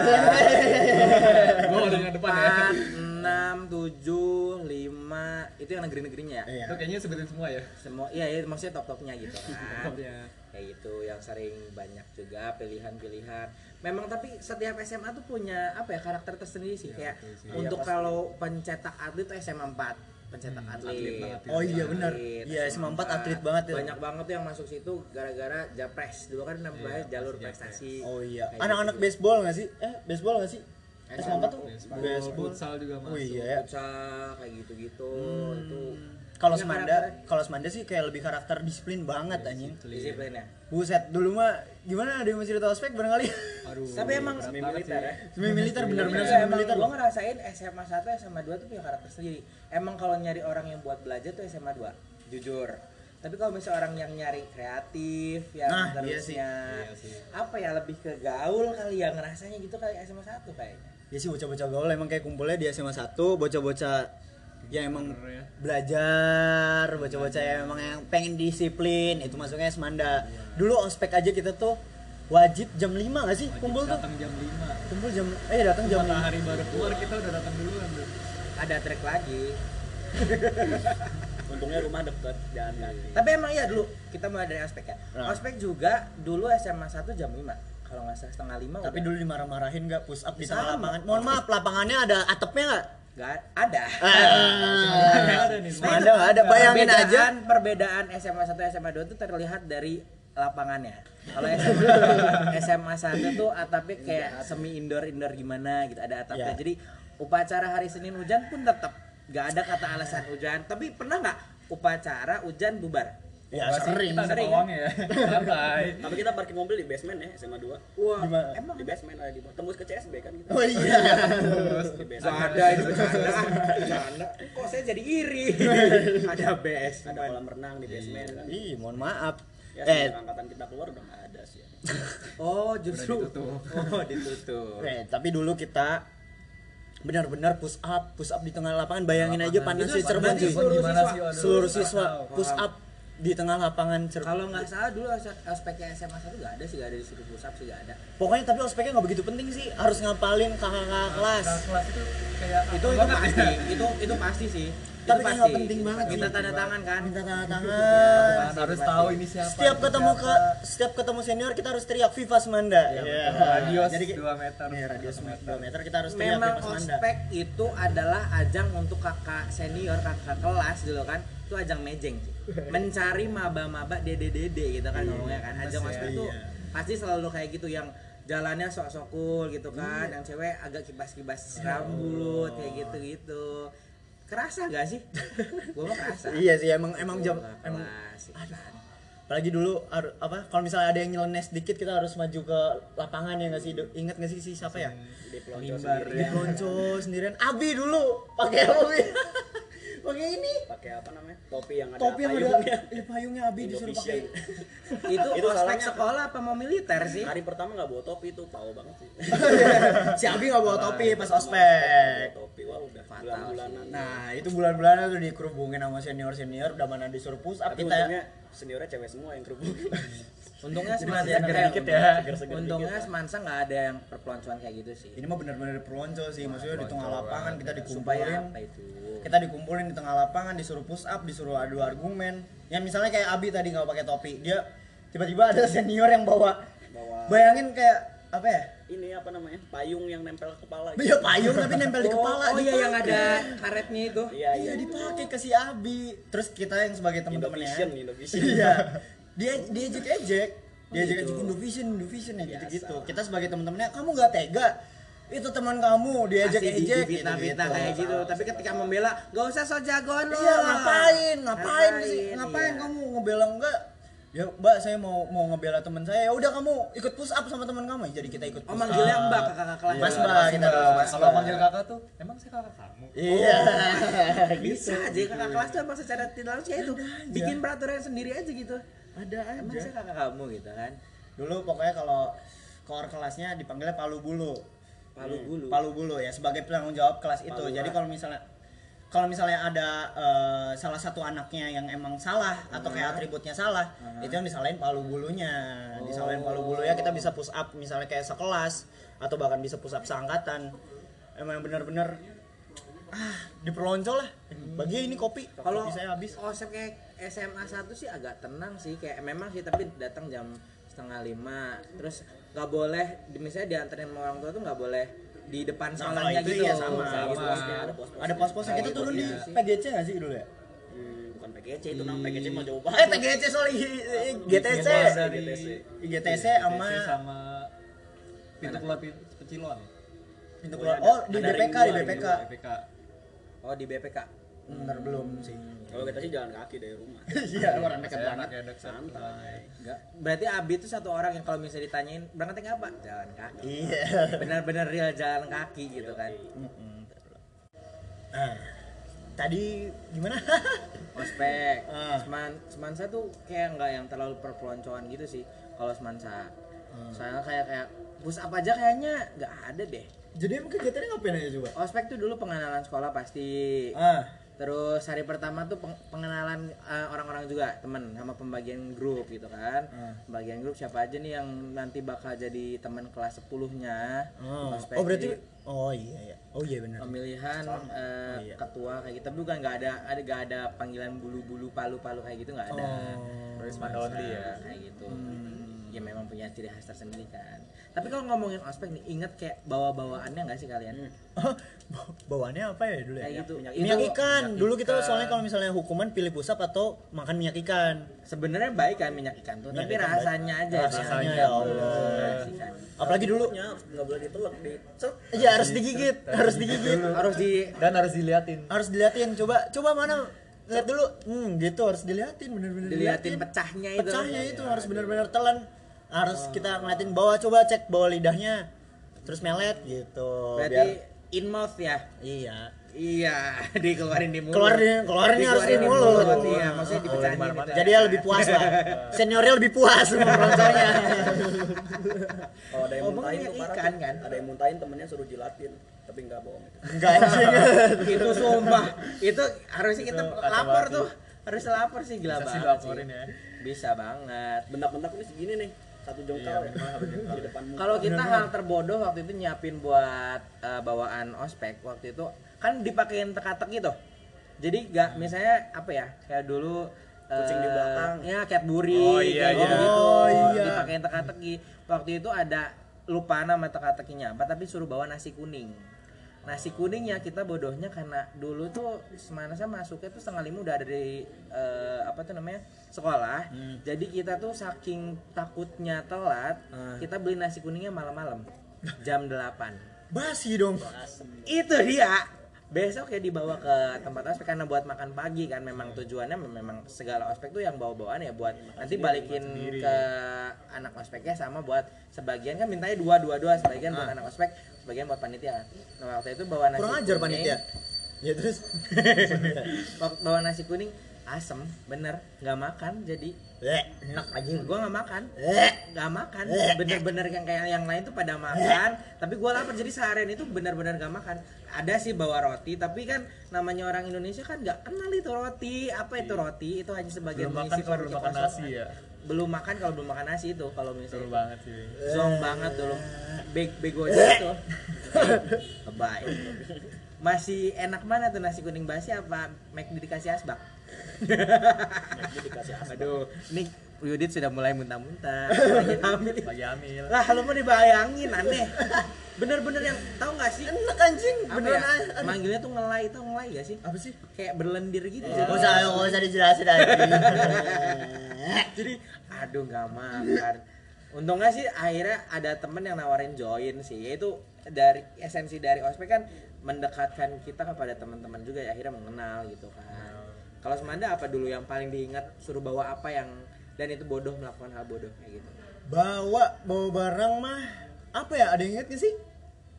Speaker 3: Gua udah yang depan ya.
Speaker 1: Iya.
Speaker 2: 6 7 5 itu yang negeri-negerinya ya.
Speaker 1: Iya.
Speaker 3: Itu kayaknya sebutin semua ya.
Speaker 2: Semua iya iya maksudnya top-topnya gitu kan.
Speaker 3: Iya.
Speaker 2: kayak gitu yang sering banyak juga pilihan-pilihan memang tapi setiap SMA tuh punya apa ya karakter tersendiri sih
Speaker 1: Iya,
Speaker 2: kayak
Speaker 3: betul sih.
Speaker 2: untuk kalau pencetak atlet tuh SMA 4 pencetak atlet.
Speaker 3: atlet banget ya.
Speaker 1: Oh iya
Speaker 2: Atlet,
Speaker 1: benar. Iya SMA 4 atlet banget ya. Iya,
Speaker 2: banyak banget tuh yang masuk situ gara-gara japres dulu kan namanya jalur
Speaker 3: pasti Japres.
Speaker 2: prestasi
Speaker 1: Oh iya.
Speaker 2: Kayak
Speaker 1: Anak-anak
Speaker 2: gitu.
Speaker 1: baseball nggak sih? Eh baseball nggak sih? SMA 4 tuh
Speaker 3: Baseball,
Speaker 1: baseball.
Speaker 3: futsal juga masuk.
Speaker 1: Oh iya ya. Hmm.
Speaker 2: futsal kayak gitu-gitu itu
Speaker 1: Kalau
Speaker 2: Punya
Speaker 1: Semanda,
Speaker 2: Iya, karakter
Speaker 1: kalau Semanda sih kayak lebih karakter disiplin banget anjing.
Speaker 2: disiplin ya
Speaker 1: Buset, dulu mah gimana ada yang mau cerita ospek barangkali?
Speaker 3: Aduh.
Speaker 2: tapi emang
Speaker 3: berat banget
Speaker 2: militer
Speaker 3: sih.
Speaker 2: ya
Speaker 1: Semi militer bener-bener
Speaker 2: Iya,
Speaker 1: semi
Speaker 2: emang
Speaker 1: militer
Speaker 2: gue
Speaker 1: loh.
Speaker 2: ngerasain SMA 1 SMA 2 tuh punya karakter sendiri emang kalau nyari orang yang buat belajar tuh SMA 2 jujur tapi kalau misalnya orang yang nyari kreatif yang
Speaker 1: Nah, iya
Speaker 2: terusnya
Speaker 3: Iya sih.
Speaker 2: apa ya lebih ke gaul kali ya ngerasanya gitu kali SMA 1 kayaknya
Speaker 1: Ya sih bocah-bocah gaul emang kayak kumpulnya di SMA 1, bocah-bocah yang emang
Speaker 3: Bener ya.
Speaker 1: belajar, bocah-bocah yang emang yang pengen disiplin, itu masuknya Semanda. Dulu ospek aja kita tuh wajib jam 5 gak sih
Speaker 3: Wajib
Speaker 1: kumpul tuh?
Speaker 3: datang jam 5.
Speaker 1: Kumpul jam eh datang jam
Speaker 3: Matahari baru keluar kita udah datang duluan tuh.
Speaker 2: ada trek lagi
Speaker 4: Untungnya rumah deket jalan kaki.
Speaker 2: tapi emang iya dulu kita mulai dari ospek ya
Speaker 1: Nah.
Speaker 2: ospek juga dulu SMA 1 jam 5 kalau nggak salah setengah 5
Speaker 1: Tapi dulu dimarah-marahin gak push up di tengah
Speaker 2: Sama.
Speaker 1: lapangan. Mohon maaf, lapangannya ada atapnya gak?
Speaker 2: nggak ada
Speaker 1: Ah,
Speaker 3: ada nih.
Speaker 1: Eh, Semanda gak ada, bayangin aja.
Speaker 2: kan? perbedaan perbedaan SMA 1 SMA 2 itu terlihat dari eh, lapangannya. Kalau SMA SMA satu tuh atapnya kayak semi indoor indoor gimana gitu ada atapnya.
Speaker 1: Ya.
Speaker 2: Jadi upacara hari Senin hujan pun tetap gak ada kata alasan hujan. Tapi pernah nggak upacara hujan bubar?
Speaker 1: ya
Speaker 3: Wah, sih,
Speaker 1: sering
Speaker 3: kita ada
Speaker 2: sering.
Speaker 3: pawangnya ya santai
Speaker 4: Tapi kita parkir mobil di basement ya SMA 2.
Speaker 2: Wah,
Speaker 1: Gimana?
Speaker 2: emang
Speaker 4: Di basement ada di bawah. Tembus ke CSB kan kita.
Speaker 1: oh iya
Speaker 3: terus
Speaker 4: Di basement.
Speaker 2: Gak ada ini bercanda, bercanda. Kok saya jadi iri? ada BS.
Speaker 4: Ada kolam renang di basement kan.
Speaker 1: ih mohon maaf Iya.
Speaker 4: Ya,
Speaker 1: eh
Speaker 4: semenjak angkatan kita keluar udah nggak ada sih.
Speaker 2: Oh, justru.
Speaker 3: Udah ditutup.
Speaker 2: Oh, ditutup.
Speaker 1: eh, tapi dulu kita benar-benar push up push up di tengah lapangan bayangin aja panasnya Cirebon
Speaker 2: berarti
Speaker 1: cuy
Speaker 2: seluruh
Speaker 3: Gimana
Speaker 2: siswa-
Speaker 3: sih, waduh.
Speaker 1: seluruh siswa
Speaker 2: Wow.
Speaker 1: push up di tengah lapangan Cirebon
Speaker 2: Kalau nggak salah dulu aspeknya SMA 1 nggak ada sih, nggak ada disuruh push up sih nggak ada.
Speaker 1: pokoknya tapi ospeknya nggak begitu penting sih harus ngapalin kakak-kakak kelas
Speaker 3: Nah, kelas itu kayak
Speaker 2: Itu
Speaker 3: apa
Speaker 2: itu
Speaker 3: banget
Speaker 2: pasti,
Speaker 3: ya?
Speaker 2: itu itu pasti sih. Itu
Speaker 1: Tapi kan
Speaker 2: pasti.
Speaker 1: nggak penting banget
Speaker 2: Minta
Speaker 1: sih.
Speaker 2: tanda tangan kan?
Speaker 1: minta tanda tangan
Speaker 3: Nah, harus tahu ini siapa
Speaker 1: setiap
Speaker 3: ini
Speaker 1: ketemu
Speaker 3: siapa.
Speaker 1: ke setiap ketemu senior kita harus teriak Viva Semanda ya,
Speaker 3: radius
Speaker 1: jadi
Speaker 3: 2 meter
Speaker 1: ya, radius 2 meter kita harus teriak
Speaker 2: Memang
Speaker 1: Viva Semanda
Speaker 2: ospek itu adalah ajang untuk kakak senior, kakak kelas dulu kan. Itu ajang mejeng sih. Mencari maba-maba dede-dede gitu kan ngomongnya kan. Ajang
Speaker 1: Mas, iya.
Speaker 2: ospek itu pasti selalu kayak gitu yang jalannya sok-sok cool gitu kan.
Speaker 1: Iya.
Speaker 2: Yang cewek agak
Speaker 1: Oh.
Speaker 2: kibas-kibas rambut kayak gitu-gitu. Kerasa gak sih? Gua mah kerasa.
Speaker 1: iya sih emang emang jam
Speaker 2: Kakak
Speaker 1: emang
Speaker 2: kelas, gitu kan.
Speaker 1: apalagi dulu har- apa kalau misalnya ada yang nyeleneh sedikit kita harus maju ke lapangan ya nggak sih Do- ingat nggak sih si siapa ya
Speaker 4: Di pelonco
Speaker 3: Mimbar
Speaker 4: sendiri.
Speaker 1: di
Speaker 3: ya.
Speaker 1: Ponco sendirian Abi dulu pakai Abi pakai ini
Speaker 4: Pakai apa namanya? Topi yang ada
Speaker 1: topi yang ada
Speaker 4: payungnya.
Speaker 1: iya, payungnya Abi disuruh pakai
Speaker 4: Indovision.
Speaker 2: Itu,
Speaker 4: Itu
Speaker 2: ospek
Speaker 4: salahnya-
Speaker 2: sekolah apa mau militer sih?
Speaker 4: Hari pertama nggak bawa topi itu pau banget sih.
Speaker 1: si Abi nggak bawa topi pas
Speaker 4: Nggak
Speaker 1: ospek
Speaker 4: bawa Topi wah udah
Speaker 2: Fatal
Speaker 4: bulan-bulanan.
Speaker 1: Nah, itu bulan-bulanan tuh dikerubungin sama senior-senior udah mana disuruh push up
Speaker 4: tapi
Speaker 1: kita.
Speaker 4: untungnya seniornya cewek semua yang kerubuk.
Speaker 2: Untungnya
Speaker 1: masih
Speaker 2: semansa
Speaker 1: seger
Speaker 2: eh,
Speaker 1: dikit ya.
Speaker 4: Seger-seger
Speaker 2: Untungnya
Speaker 4: dikit.
Speaker 2: semansa nggak ada yang perpeloncoan kayak gitu sih.
Speaker 1: Ini mah benar-benar perlonco sih, maksudnya di tengah lapangan kita
Speaker 2: Supaya
Speaker 1: dikumpulin.
Speaker 2: apa itu?
Speaker 1: Kita dikumpulin di tengah lapangan disuruh push up, disuruh adu argumen. Ya misalnya kayak Abi tadi nggak pakai topi, dia tiba-tiba ada senior yang bawa
Speaker 4: Bawa
Speaker 1: bayangin kayak apa ya?
Speaker 4: ini apa namanya? Payung yang nempel ke kepala. gitu.
Speaker 1: Ya payung tapi nempel di
Speaker 2: Oh,
Speaker 1: kepala.
Speaker 2: Oh iya
Speaker 1: dipakai.
Speaker 2: yang ada karetnya itu.
Speaker 4: Iya,
Speaker 1: Iya dipakai ke si Abi. Terus kita yang sebagai
Speaker 4: Indovision,
Speaker 1: teman-temannya.
Speaker 4: Indovision.
Speaker 1: Iya. Dia diajak ejek.
Speaker 2: Oh,
Speaker 1: Diajak ejek
Speaker 2: gitu.
Speaker 1: Indovision, Indovision ya gitu-gitu. Kita sebagai teman-temannya, kamu nggak tega. Itu teman kamu diajak
Speaker 2: Pasti
Speaker 1: ejek
Speaker 2: di- difitnah-fitnah kayak gitu. Tapi ketika membela, gak usah so jagoan lo.
Speaker 1: Iya, ngapain? Ngapain sih?
Speaker 2: Ngapain,
Speaker 1: Ngapain
Speaker 2: iya.
Speaker 1: kamu ngebela enggak? Ya, Mbak, saya mau mau ngebela teman saya. Ya udah kamu ikut push up sama teman kamu. Ya, Jadi kita ikut push
Speaker 2: Oh manggilnya
Speaker 1: up.
Speaker 2: mbak kakak kelas.
Speaker 1: Mas
Speaker 3: Iya,
Speaker 1: Mbak, kita
Speaker 3: Mbak.
Speaker 1: dulu Mas
Speaker 3: Kalau
Speaker 1: Mbak.
Speaker 3: manggil kakak tuh, emang saya kakak kamu.
Speaker 1: Iya.
Speaker 2: Bisa gitu.
Speaker 1: gitu.
Speaker 2: aja kakak kelas tuh emang secara tidak langsung
Speaker 1: Iya,
Speaker 2: ya itu bikin peraturan sendiri aja gitu.
Speaker 1: Ada
Speaker 2: Emang
Speaker 1: aja.
Speaker 2: saya kakak kamu gitu kan.
Speaker 1: Dulu pokoknya kalau koor kelasnya dipanggilnya palu bulu.
Speaker 2: Palu bulu.
Speaker 1: Palu Bulu ya sebagai penanggung jawab kelas itu.
Speaker 4: Palu
Speaker 1: Jadi
Speaker 4: lah.
Speaker 1: kalau misalnya kalau misalnya ada eh, salah satu anaknya yang emang salah atau kayak atributnya salah, itu yang disalahin palu bulunya. Disalahin palu bulunya kita bisa push up misalnya kayak sekelas atau bahkan bisa push up seangkatan. Emang bener-bener ah diperloncol lah. Bagi ini kopi.
Speaker 2: Kalau
Speaker 1: kopi saya habis.
Speaker 2: Osep kayak SMA 1 sih agak tenang sih kayak memang sih tapi datang jam setengah lima terus nggak boleh di- misalnya dianterin sama orang tua tuh nggak boleh di depan
Speaker 1: Nah, kalau
Speaker 2: sekolahnya
Speaker 1: itu
Speaker 2: gitu
Speaker 1: iya, sama,
Speaker 2: gitu.
Speaker 1: sama.
Speaker 4: Posnya, ada pos-pos.
Speaker 1: Ada pos-posnya kita turun di PGC nggak sih dulu ya?
Speaker 4: Hmm, bukan PGC itu namanya PGC mah jauh banget.
Speaker 1: Eh PGC sorry GTC.
Speaker 3: Keluar dari
Speaker 4: GTC.
Speaker 1: GTC sama
Speaker 3: sama pintu keluar pintu pecilon.
Speaker 1: pintu keluar. Oh di
Speaker 4: Ada
Speaker 1: BPK di
Speaker 4: ring dua,
Speaker 1: BPK.
Speaker 3: BPK.
Speaker 2: oh di BPK
Speaker 1: Ntar belum sih.
Speaker 4: Kalau kita sih jalan kaki dari rumah.
Speaker 1: Iya, orang dekat
Speaker 3: Saya
Speaker 1: banget.
Speaker 3: anaknya dek
Speaker 4: Santai.
Speaker 2: Nggak. berarti Abi itu satu orang yang kalau misalnya ditanyain berangkatnya apa jalan kaki
Speaker 1: Iya.
Speaker 2: benar-benar real jalan kaki gitu kan
Speaker 1: Nah, tadi gimana?
Speaker 2: ospek
Speaker 1: Ah.
Speaker 2: seman semansa tuh kayak nggak yang terlalu perpeloncoan gitu sih kalau semansa
Speaker 1: Hmm.
Speaker 2: soalnya kayak kayak push up aja kayaknya nggak ada deh
Speaker 1: Jadi emang kegiatannya ngapain aja coba?
Speaker 2: ospek tuh dulu pengenalan sekolah pasti
Speaker 1: Ah,
Speaker 2: terus hari pertama tuh peng- pengenalan eh, orang-orang juga temen sama pembagian grup gitu kan
Speaker 1: Hmm.
Speaker 2: pembagian grup siapa aja nih yang nanti bakal jadi teman kelas 10-nya
Speaker 1: oh,
Speaker 2: Ospek.
Speaker 1: oh berarti
Speaker 2: Jadi
Speaker 1: oh iya ya. Oh iya benar.
Speaker 2: pemilihan eh,
Speaker 1: iya.
Speaker 2: ketua kayak gitu tapi bukan nggak ada ada nggak ada panggilan bulu-bulu palu-palu kayak gitu nggak ada
Speaker 1: Oh. Hmm.
Speaker 2: Terus masa,
Speaker 3: only ya.
Speaker 2: kayak gitu ya memang punya ciri khas tersendiri kan tapi kalau ngomongin ospek nih inget kayak bawa bawaannya nggak sih kalian
Speaker 1: Oh, bawaannya apa ya dulu ya?
Speaker 2: Kayak gitu.
Speaker 1: Minyak,
Speaker 2: Itu-
Speaker 1: minyak ikan.
Speaker 2: minyak
Speaker 1: dulu kita
Speaker 2: ikan.
Speaker 1: soalnya kalau misalnya hukuman pilih pusap atau makan minyak ikan.
Speaker 2: sebenarnya baik kan minyak ikan tuh
Speaker 1: Minyak
Speaker 2: tapi
Speaker 1: ikan baik.
Speaker 2: rasanya aja ya.
Speaker 1: Rasanya, ya Allah.
Speaker 2: Ikan.
Speaker 1: Apalagi dulu
Speaker 4: Nya harus nggak boleh ditelek di cep.
Speaker 1: Iya harus digigit, harus digigit.
Speaker 2: harus di
Speaker 3: dan harus diliatin
Speaker 1: Harus diliatin. Coba coba mana lihat dulu. Hmm, gitu harus diliatin bener-bener
Speaker 2: diliatin pecahnya itu Iya,
Speaker 1: Pecahnya itu harus bener-bener telan. Harus
Speaker 2: Oh.
Speaker 1: kita ngeliatin bawah coba cek bawah lidahnya. Terus melet gitu.
Speaker 2: berarti
Speaker 1: Biar
Speaker 2: in mouth ya
Speaker 1: iya.
Speaker 2: Iya, dikeluarin di mulut.
Speaker 1: Keluarin keluarinnya harus di
Speaker 2: Dikeluarin
Speaker 1: mulut. Oh,
Speaker 2: Iya, maksudnya dipecahin gitu.
Speaker 1: Jadi ya lebih puas lah. Seniornya lebih puas meloncarnya.
Speaker 4: Kalau ada yang
Speaker 2: Oh,
Speaker 4: muntahin
Speaker 2: bawangnya
Speaker 4: tuh parah
Speaker 2: ikan
Speaker 4: tuh.
Speaker 2: kan?
Speaker 4: Ada yang muntahin temennya suruh jilatin, tapi nggak bohong.
Speaker 1: Enggak anjing.
Speaker 2: itu sumpah. Itu harusnya kita
Speaker 3: Itu kacau
Speaker 2: lapor
Speaker 3: banget
Speaker 2: tuh. Harus lapor sih gila
Speaker 3: bisa sih
Speaker 2: banget.
Speaker 3: laporin
Speaker 2: sih.
Speaker 3: ya
Speaker 2: Bisa banget.
Speaker 4: Bentak-bentak ini segini nih, satu jongkal ya. Di depan muka.
Speaker 2: Kalau kita hal terbodoh waktu itu nyiapin buat eh, bawaan ospek waktu itu kan dipakein teka-teki tuh. Jadi gak misalnya apa ya? Kayak dulu eh,
Speaker 4: Kucing di belakang.
Speaker 2: Ya Cadbury
Speaker 3: Oh, iya,
Speaker 2: kayak
Speaker 3: iya.
Speaker 2: gitu.
Speaker 1: Oh, iya.
Speaker 2: Dipakein teka-teki. Waktu itu ada lupa nama teka-tekinya apa tapi suruh bawa nasi kuning.
Speaker 3: Oh.
Speaker 2: Nasi kuningnya kita bodohnya karena dulu tuh mana saya masuknya tuh setengah lima udah ada di eh, apa tuh namanya sekolah.
Speaker 3: Hmm.
Speaker 2: Jadi kita tuh saking takutnya telat,
Speaker 3: Ah.
Speaker 2: kita beli nasi kuningnya malam-malam jam 8.
Speaker 1: Basi dong.
Speaker 2: Itu dia. Besok ya dibawa ke tempat ospek karena buat makan pagi kan memang tujuannya mem- memang segala ospek tuh yang bawa-bawaan ya buat nanti balikin ke anak ospeknya sama buat sebagian kan mintanya dua dua dua sebagian buat anak ospek sebagian buat panitia. Nah waktu itu bawa nasi
Speaker 1: Ah. Kurang ajar
Speaker 2: kuning,
Speaker 1: panitia. Ya terus.
Speaker 2: bak- Bawa nasi kuning asem bener nggak makan jadi
Speaker 1: Eh,
Speaker 2: enak aja gua nggak makan
Speaker 1: eh.
Speaker 2: nggak makan bener-bener yang kayak yang lain tuh pada makan tapi gue lapar jadi seharian itu bener-bener gak makan ada sih bawa roti tapi kan namanya orang Indonesia kan nggak kenal itu roti apa itu roti itu hanya sebagian
Speaker 3: Iya. belum makan
Speaker 2: mengisi
Speaker 3: kalau belum
Speaker 2: perut
Speaker 3: makan nasi
Speaker 2: kekosongan.
Speaker 3: ya
Speaker 2: belum makan kalau belum makan nasi itu kalau
Speaker 3: seru
Speaker 2: misalnya
Speaker 3: banget sih
Speaker 2: zong banget dulu
Speaker 3: Eh.
Speaker 2: beg bego aja itu bye masih enak mana tuh nasi kuning basi apa McD dikasih asbak
Speaker 4: Jadi dikasih asap.
Speaker 2: aduh ini Yudit sudah mulai muntah-muntah lagi hamil
Speaker 3: lagi hamil
Speaker 2: lah lu mau dibayangin aneh bener-bener yang tahu nggak sih
Speaker 1: Enak anjing,
Speaker 2: apa ya
Speaker 1: beneran. an- an-
Speaker 2: manggilnya tuh ngelai tau ngelai gak sih
Speaker 3: apa sih
Speaker 2: kayak berlendir gitu
Speaker 1: Gak
Speaker 2: jadi,
Speaker 1: Oh, usah, gak usah dijelasin anjing.
Speaker 2: jadi aduh nggak makan untungnya sih akhirnya ada temen yang nawarin join sih yaitu dari esensi dari ospek kan mendekatkan kita kepada teman-teman juga ya akhirnya mengenal gitu kan kalau semanda apa dulu yang paling diingat suruh bawa apa yang dan itu bodoh melakukan hal bodoh kayak gitu
Speaker 1: Bawa bawa barang mah apa ya? Ada yang inget gak sih?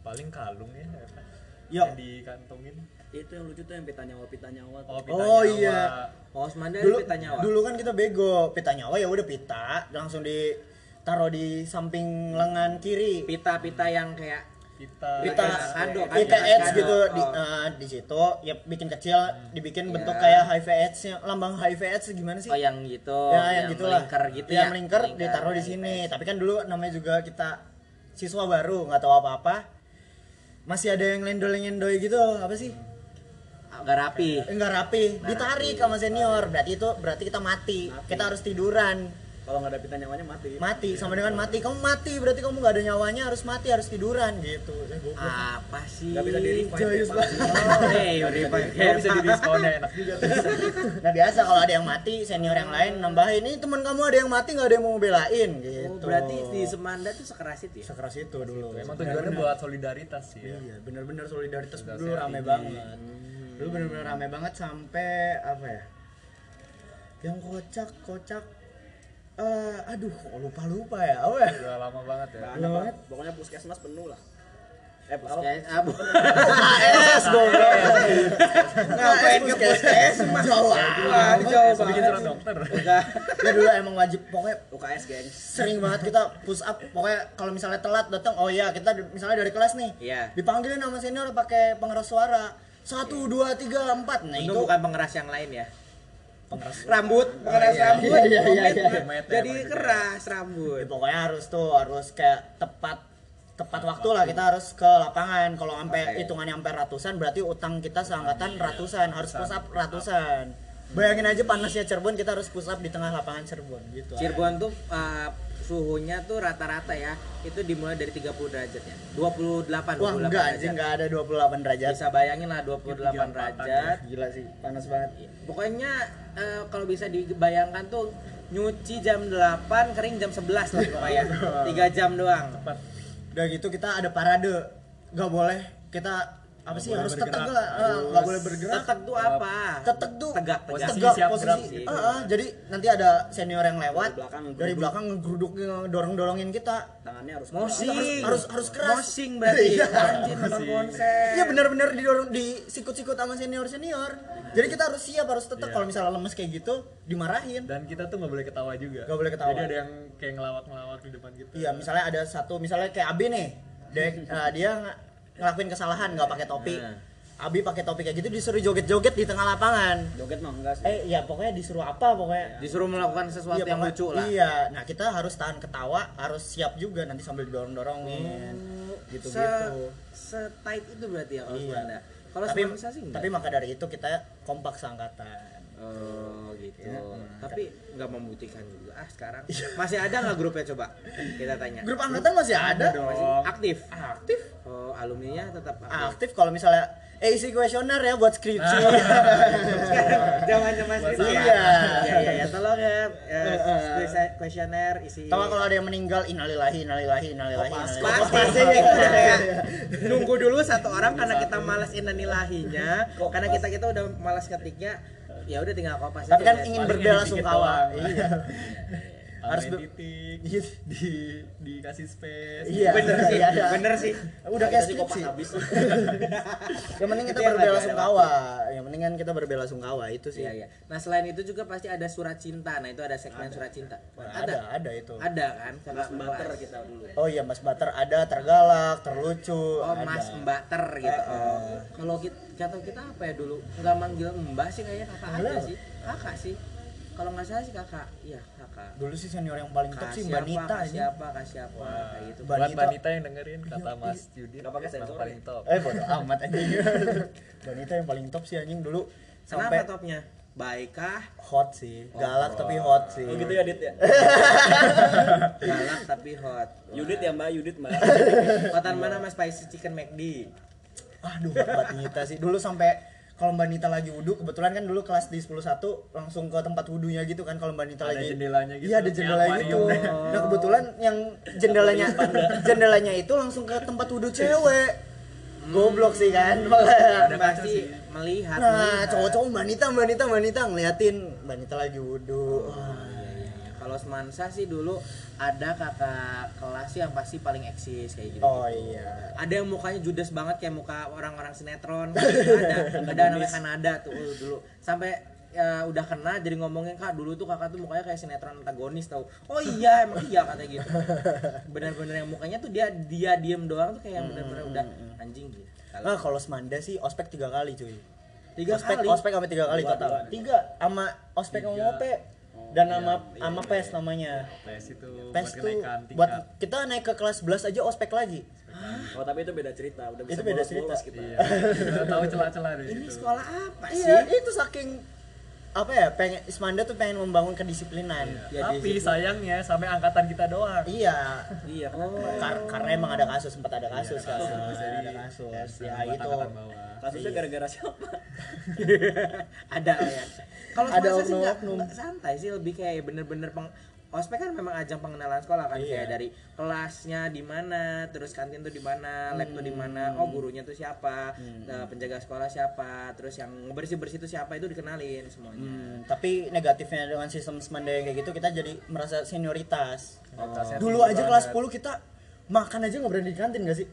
Speaker 3: paling kalung ya apa?
Speaker 1: Yo.
Speaker 3: yang dikantongin
Speaker 4: Itu yang lucu tuh yang pita nyawa pita nyawa. tuh.
Speaker 3: oh, pita
Speaker 1: Oh,
Speaker 3: nyawa.
Speaker 1: iya.
Speaker 2: oh semanda
Speaker 1: Dulu
Speaker 2: ditanya apa
Speaker 1: dulu kan kita bego, pita nyawa ya udah pita, langsung di taruh di samping lengan kiri.
Speaker 2: pita-pita yang kayak
Speaker 3: pita
Speaker 1: pita
Speaker 2: Kado, kan?
Speaker 1: pita
Speaker 2: Kado.
Speaker 1: edge gitu di
Speaker 2: Oh.
Speaker 1: eh, di situ ya bikin kecil dibikin
Speaker 2: Iya.
Speaker 1: bentuk kayak HIV AIDS nya lambang HIV AIDS gimana sih
Speaker 2: oh yang gitu
Speaker 1: ya yang, gitulah
Speaker 2: melingkar gitu
Speaker 1: ya,
Speaker 2: ya
Speaker 1: melingkar ditaruh di sini tapi kan dulu namanya juga kita siswa baru nggak tahu apa apa masih ada yang lendol lendoy gitu apa sih
Speaker 2: agak Ah, rapi
Speaker 1: enggak rapi ditarik sama senior berarti itu berarti kita mati kita harus tiduran
Speaker 4: Kalau nggak ada pita nyawanya mati.
Speaker 1: mati sama dengan mati kamu mati berarti kamu nggak ada nyawanya harus mati harus tiduran gitu Saya goblok.
Speaker 2: apa sih
Speaker 4: Nggak bisa di rewind.
Speaker 1: Jayus
Speaker 4: dia mati.
Speaker 2: hey rewind
Speaker 3: Gua bisa di diskon enak juga tuh
Speaker 1: Nah biasa kalau ada yang mati senior yang lain nambahin ini teman kamu ada yang mati nggak ada yang mau belain gitu.
Speaker 2: Oh, berarti di Semanda tuh sekeras itu ya
Speaker 1: sekeras itu dulu.
Speaker 3: emang tujuannya buat solidaritas sih ya
Speaker 1: Iya bener-bener solidaritas
Speaker 3: Solidaritas
Speaker 1: dulu
Speaker 3: yang
Speaker 1: rame
Speaker 3: tinggi.
Speaker 1: banget. Dulu bener-bener rame banget sampai apa ya? Yang kocak kocak. Eh aduh kok lupa lupa ya apa ya?
Speaker 3: udah lama banget ya
Speaker 4: Nggak ada, Pak.
Speaker 1: Banget.
Speaker 4: Pokoknya puskesmas penuh lah. Eh, kalau
Speaker 2: kayak abu
Speaker 1: AS dong. Ngapain ke Nah, puskesmas? Jauh
Speaker 2: Wah,
Speaker 1: amat.
Speaker 2: jauh
Speaker 3: bikin
Speaker 2: banget
Speaker 3: surat dokter
Speaker 1: Ya dulu emang wajib pokoknya
Speaker 4: UKS gengs.
Speaker 1: sering banget kita push up pokoknya kalau misalnya telat datang oh ya kita di- misalnya dari kelas nih
Speaker 2: Iya.
Speaker 1: dipanggilin sama senior pakai pengeras suara satu dua tiga empat nah
Speaker 2: itu
Speaker 1: itu
Speaker 2: bukan pengeras yang lain ya
Speaker 1: pengeras suara.
Speaker 2: rambut pengeras
Speaker 1: iya,
Speaker 2: rambut
Speaker 1: iya, iya, iya, iya.
Speaker 2: komitmen. jadi keras
Speaker 1: Ya,
Speaker 2: rambut
Speaker 1: pokoknya harus tuh harus kayak tepat tepat waktu lah kita harus ke lapangan kalau sampai
Speaker 2: Oke.
Speaker 1: hitungannya sampai ratusan berarti utang kita seangkatan Iya, ratusan harus push up ratusan bayangin aja panasnya Cirebon kita harus push up di tengah lapangan Cirebon gitu
Speaker 2: Cirebon tuh uh, suhunya tuh rata-rata ya itu dimulai dari 30 derajat ya 28
Speaker 1: Wah enggak
Speaker 2: 28
Speaker 1: anjing
Speaker 2: derajat
Speaker 1: enggak ada 28 derajat.
Speaker 2: bisa bayangin lah 28 derajat
Speaker 1: Gila sih, panas banget.
Speaker 2: pokoknya eh, kalau bisa dibayangkan tuh nyuci jam 8 kering jam 11 lah pokoknya 3 jam doang
Speaker 1: Udah gitu kita ada parade. Gak boleh kita apa sih
Speaker 3: boleh
Speaker 1: harus teteg
Speaker 3: bergerak.
Speaker 1: lah, eh, nggak boleh bergerak.
Speaker 2: tetek tuh apa
Speaker 1: Teteg tuh
Speaker 2: tegak tegak
Speaker 3: Posisi
Speaker 1: tegak,
Speaker 3: siap gerak
Speaker 1: posisi.
Speaker 3: sih.
Speaker 1: Ah, ah, jadi nanti ada senior yang lewat
Speaker 4: Dari belakang
Speaker 1: dari
Speaker 4: ngegeruduk.
Speaker 1: belakang ngegeruduk dorong-dorongin kita.
Speaker 4: tangannya harus
Speaker 2: mosing
Speaker 1: Harus- harus- harus keras.
Speaker 2: mosing berarti
Speaker 1: Iya.
Speaker 2: anjir nonton konser
Speaker 3: Eh.
Speaker 1: Iya benar-benar didorong disikut-sikut sama senior-senior. Jadi kita harus siap, harus tetap
Speaker 3: Iya.
Speaker 1: kalau misalnya lemes kayak gitu dimarahin.
Speaker 3: dan kita tuh nggak boleh ketawa juga
Speaker 1: Nggak boleh ketawa.
Speaker 3: jadi ada yang kayak ngelawak-ngelawak di depan kita
Speaker 1: Iya, misalnya ada satu misalnya kayak Abi nih. Dia eh, dia ng- ngelakuin kesalahan nggak pakai topi.
Speaker 3: Nah.
Speaker 1: Abi pakai topi kayak gitu disuruh joget-joget di tengah lapangan.
Speaker 4: joget mah enggak sih
Speaker 1: Eh iya pokoknya disuruh apa pokoknya.
Speaker 2: disuruh melakukan sesuatu
Speaker 1: Iya,
Speaker 2: yang
Speaker 1: pokoknya-
Speaker 2: lucu lah
Speaker 1: Iya, nah kita harus tahan ketawa, harus siap juga nanti sambil didorong-dorongin.
Speaker 2: Oh,
Speaker 1: Gitu-gitu.
Speaker 2: se tight itu berarti ya kalau
Speaker 1: Iya.
Speaker 2: Belanda kalau
Speaker 1: tapi,
Speaker 2: Sunda sih enggak.
Speaker 1: tapi maka dari itu kita kompak seangkatan.
Speaker 2: Oh gitu.
Speaker 1: Iya.
Speaker 2: Tapi nggak membuktikan juga ah sekarang. Masih ada nggak grupnya coba? Kita tanya.
Speaker 1: Grup angkatan masih ada.
Speaker 2: masih aktif. Ah.
Speaker 1: Aktif.
Speaker 2: Oh, alumninya tetap aktif.
Speaker 1: Aktif kalau misalnya eh isi kuesioner ya buat skripsi.
Speaker 2: Sekarang Zaman-zaman itu ya.
Speaker 1: Iya.
Speaker 2: Iya, iya, ya, tolong ya. eh,
Speaker 1: Eh, eh.
Speaker 2: kuis- Kuesioner isi. Iya.
Speaker 1: Tahu kalau ada yang meninggal innalillahi innalillahi innalillahi. innalillahi.
Speaker 2: Pasti sih itu udah kayak nunggu dulu Iya, satu orang karena kita malas inanilahinya, karena kita kita udah malas ketiknya, ya udah tinggal kopas.
Speaker 1: Tapi
Speaker 2: aja
Speaker 1: kan
Speaker 2: ya.
Speaker 1: ingin
Speaker 3: Paling
Speaker 1: berbela
Speaker 3: dikit
Speaker 1: sungkawa.
Speaker 3: doang.
Speaker 1: Iya. Harus
Speaker 3: harus
Speaker 1: be-
Speaker 3: titik
Speaker 1: Iya.
Speaker 3: di dikasih space
Speaker 1: Iya.
Speaker 2: bener sih,
Speaker 1: Iya, iya.
Speaker 2: bener sih.
Speaker 1: Udah kayak skripsi.
Speaker 4: habis tuh
Speaker 1: Yang penting Ya, kita
Speaker 2: Itu yang
Speaker 1: berbela
Speaker 2: lagi ada ya.
Speaker 1: sungkawa. Yang penting kan kita berbela sungkawa itu sih.
Speaker 2: Iya, iya. Nah, selain itu juga pasti ada surat cinta. Nah, itu ada segmen surat cinta.
Speaker 1: Ada ada itu.
Speaker 2: Ada kan?
Speaker 4: mas bater kita dulu
Speaker 1: Oh iya Mas Bater ada tergalak, terlucu.
Speaker 2: Oh,
Speaker 1: ada. Eh,
Speaker 2: Mas Mbak Ter gitu. Oh. Kalau kita kata kita apa ya dulu? Enggak manggil Mbak sih kayaknya kakak aja
Speaker 1: Enggak.
Speaker 2: sih. Kakak sih. Kalau nggak salah sih kakak. Iya, kakak.
Speaker 1: Dulu sih senior yang paling top sih Mbak Nita
Speaker 2: kak
Speaker 1: ini.
Speaker 2: siapa, kak siapa, kayak gitu.
Speaker 1: Mbak
Speaker 3: buat
Speaker 1: Nita.
Speaker 3: wanita yang dengerin kata Mas Yudi
Speaker 4: Nggak pakai sensor
Speaker 3: paling
Speaker 4: ya?
Speaker 3: top
Speaker 1: Eh bodo amat anjing. Mbak Nita yang paling top sih anjing dulu
Speaker 2: Kenapa
Speaker 1: sampai
Speaker 2: topnya? Baik kah?
Speaker 1: hot sih. Galak tapi hot sih.
Speaker 4: oh gitu ya Dit ya
Speaker 2: Galak tapi hot.
Speaker 4: Yudit ya mbak Yudit mbak
Speaker 2: Hotan mana Mas Spicy Chicken McD?
Speaker 1: Aduh, Mbak Nita sih. Dulu sampai kalau Mbak Nita lagi wudhu, kebetulan kan dulu kelas di 101 langsung ke tempat wudhunya gitu kan kalau Mbak Nita
Speaker 3: Ada
Speaker 1: lagi
Speaker 3: jendelanya gitu,
Speaker 1: Iya, ada
Speaker 3: kayak
Speaker 1: jendela
Speaker 3: akuarium.
Speaker 1: gitu. Nah, kebetulan yang jendelanya jendelanya itu langsung ke tempat wudhu cewek. Goblok sih kan.
Speaker 2: Ada
Speaker 1: Makanya-
Speaker 2: pasti melihat.
Speaker 1: Nah,
Speaker 2: melihat.
Speaker 1: cowok-cowok Mbak Nita, Mbak Nita, Mbak Nita ngeliatin Mbak Nita lagi wudhu.
Speaker 2: Ah,
Speaker 1: Wah.
Speaker 2: iya, Kalau semansa sih dulu ada kakak kelas yang pasti paling eksis kayak gitu.
Speaker 1: Oh iya.
Speaker 2: Ada yang mukanya judes banget kayak muka orang-orang sinetron. ada, ada namanya Kanada tuh uh, dulu. Sampai ya, udah kena jadi ngomongin kak dulu tuh kakak tuh mukanya kayak sinetron antagonis tau oh iya emang iya kata gitu benar-benar yang mukanya tuh dia dia diem doang tuh
Speaker 1: Hmm,
Speaker 2: kayak yang benar-benar udah anjing gitu
Speaker 1: Nah, kalau Semanda sih ospek tiga kali cuy.
Speaker 2: Tiga
Speaker 1: ospek,
Speaker 2: kali?
Speaker 1: Ospek sampai tiga kali
Speaker 4: Dua,
Speaker 1: total.
Speaker 4: dua.
Speaker 1: Tiga sama ospek sama OP dan sama sama PES namanya.
Speaker 3: tes itu
Speaker 1: PES
Speaker 3: buat
Speaker 1: tuh
Speaker 3: kenaikan
Speaker 1: buat
Speaker 3: tingkat
Speaker 1: kita naik ke kelas 11 aja ospek lagi.
Speaker 4: oh tapi itu beda cerita udah
Speaker 1: Itu
Speaker 4: bisa
Speaker 1: beda
Speaker 4: bolos-bolos gitu ya.
Speaker 1: cerita.
Speaker 4: kita
Speaker 3: iya udah tahu celah-celah dari
Speaker 2: ini
Speaker 3: situ
Speaker 2: sekolah apa sih
Speaker 1: Iya, itu saking apa ya? Pengen Semanda tuh pengen membangun kedisiplinan.
Speaker 3: Iya. tapi sayangnya sampai angkatan kita doang
Speaker 1: Iya.
Speaker 4: iya
Speaker 1: Kar- karena emang ada kasus, sempat ada kasus kan.
Speaker 3: Iya, Jadi,
Speaker 1: Ada kasus. Ya
Speaker 3: buat
Speaker 1: itu.
Speaker 3: angkatan bawah.
Speaker 4: kasusnya gara-gara siapa
Speaker 2: ada ya kalau
Speaker 1: Ada
Speaker 2: ada sih nggak-
Speaker 1: oknum-oknum.
Speaker 2: nggak santai sih lebih kayak bener-bener peng ospek kan memang ajang pengenalan sekolah kan
Speaker 1: Iya.
Speaker 2: kayak dari kelasnya di mana terus kantin tuh di mana lab tuh di
Speaker 1: Hmm.
Speaker 2: mana oh gurunya tuh siapa eh, penjaga sekolah siapa terus yang bersih bersih tuh siapa itu dikenalin semuanya
Speaker 1: Hmm, tapi negatifnya dengan sistem semanda yang kayak gitu kita jadi merasa senioritas.
Speaker 3: Kualitasnya
Speaker 1: Dulu
Speaker 3: tinggi
Speaker 1: aja
Speaker 3: banget.
Speaker 1: kelas 10 kita makan aja nggak berani di kantin gak sih?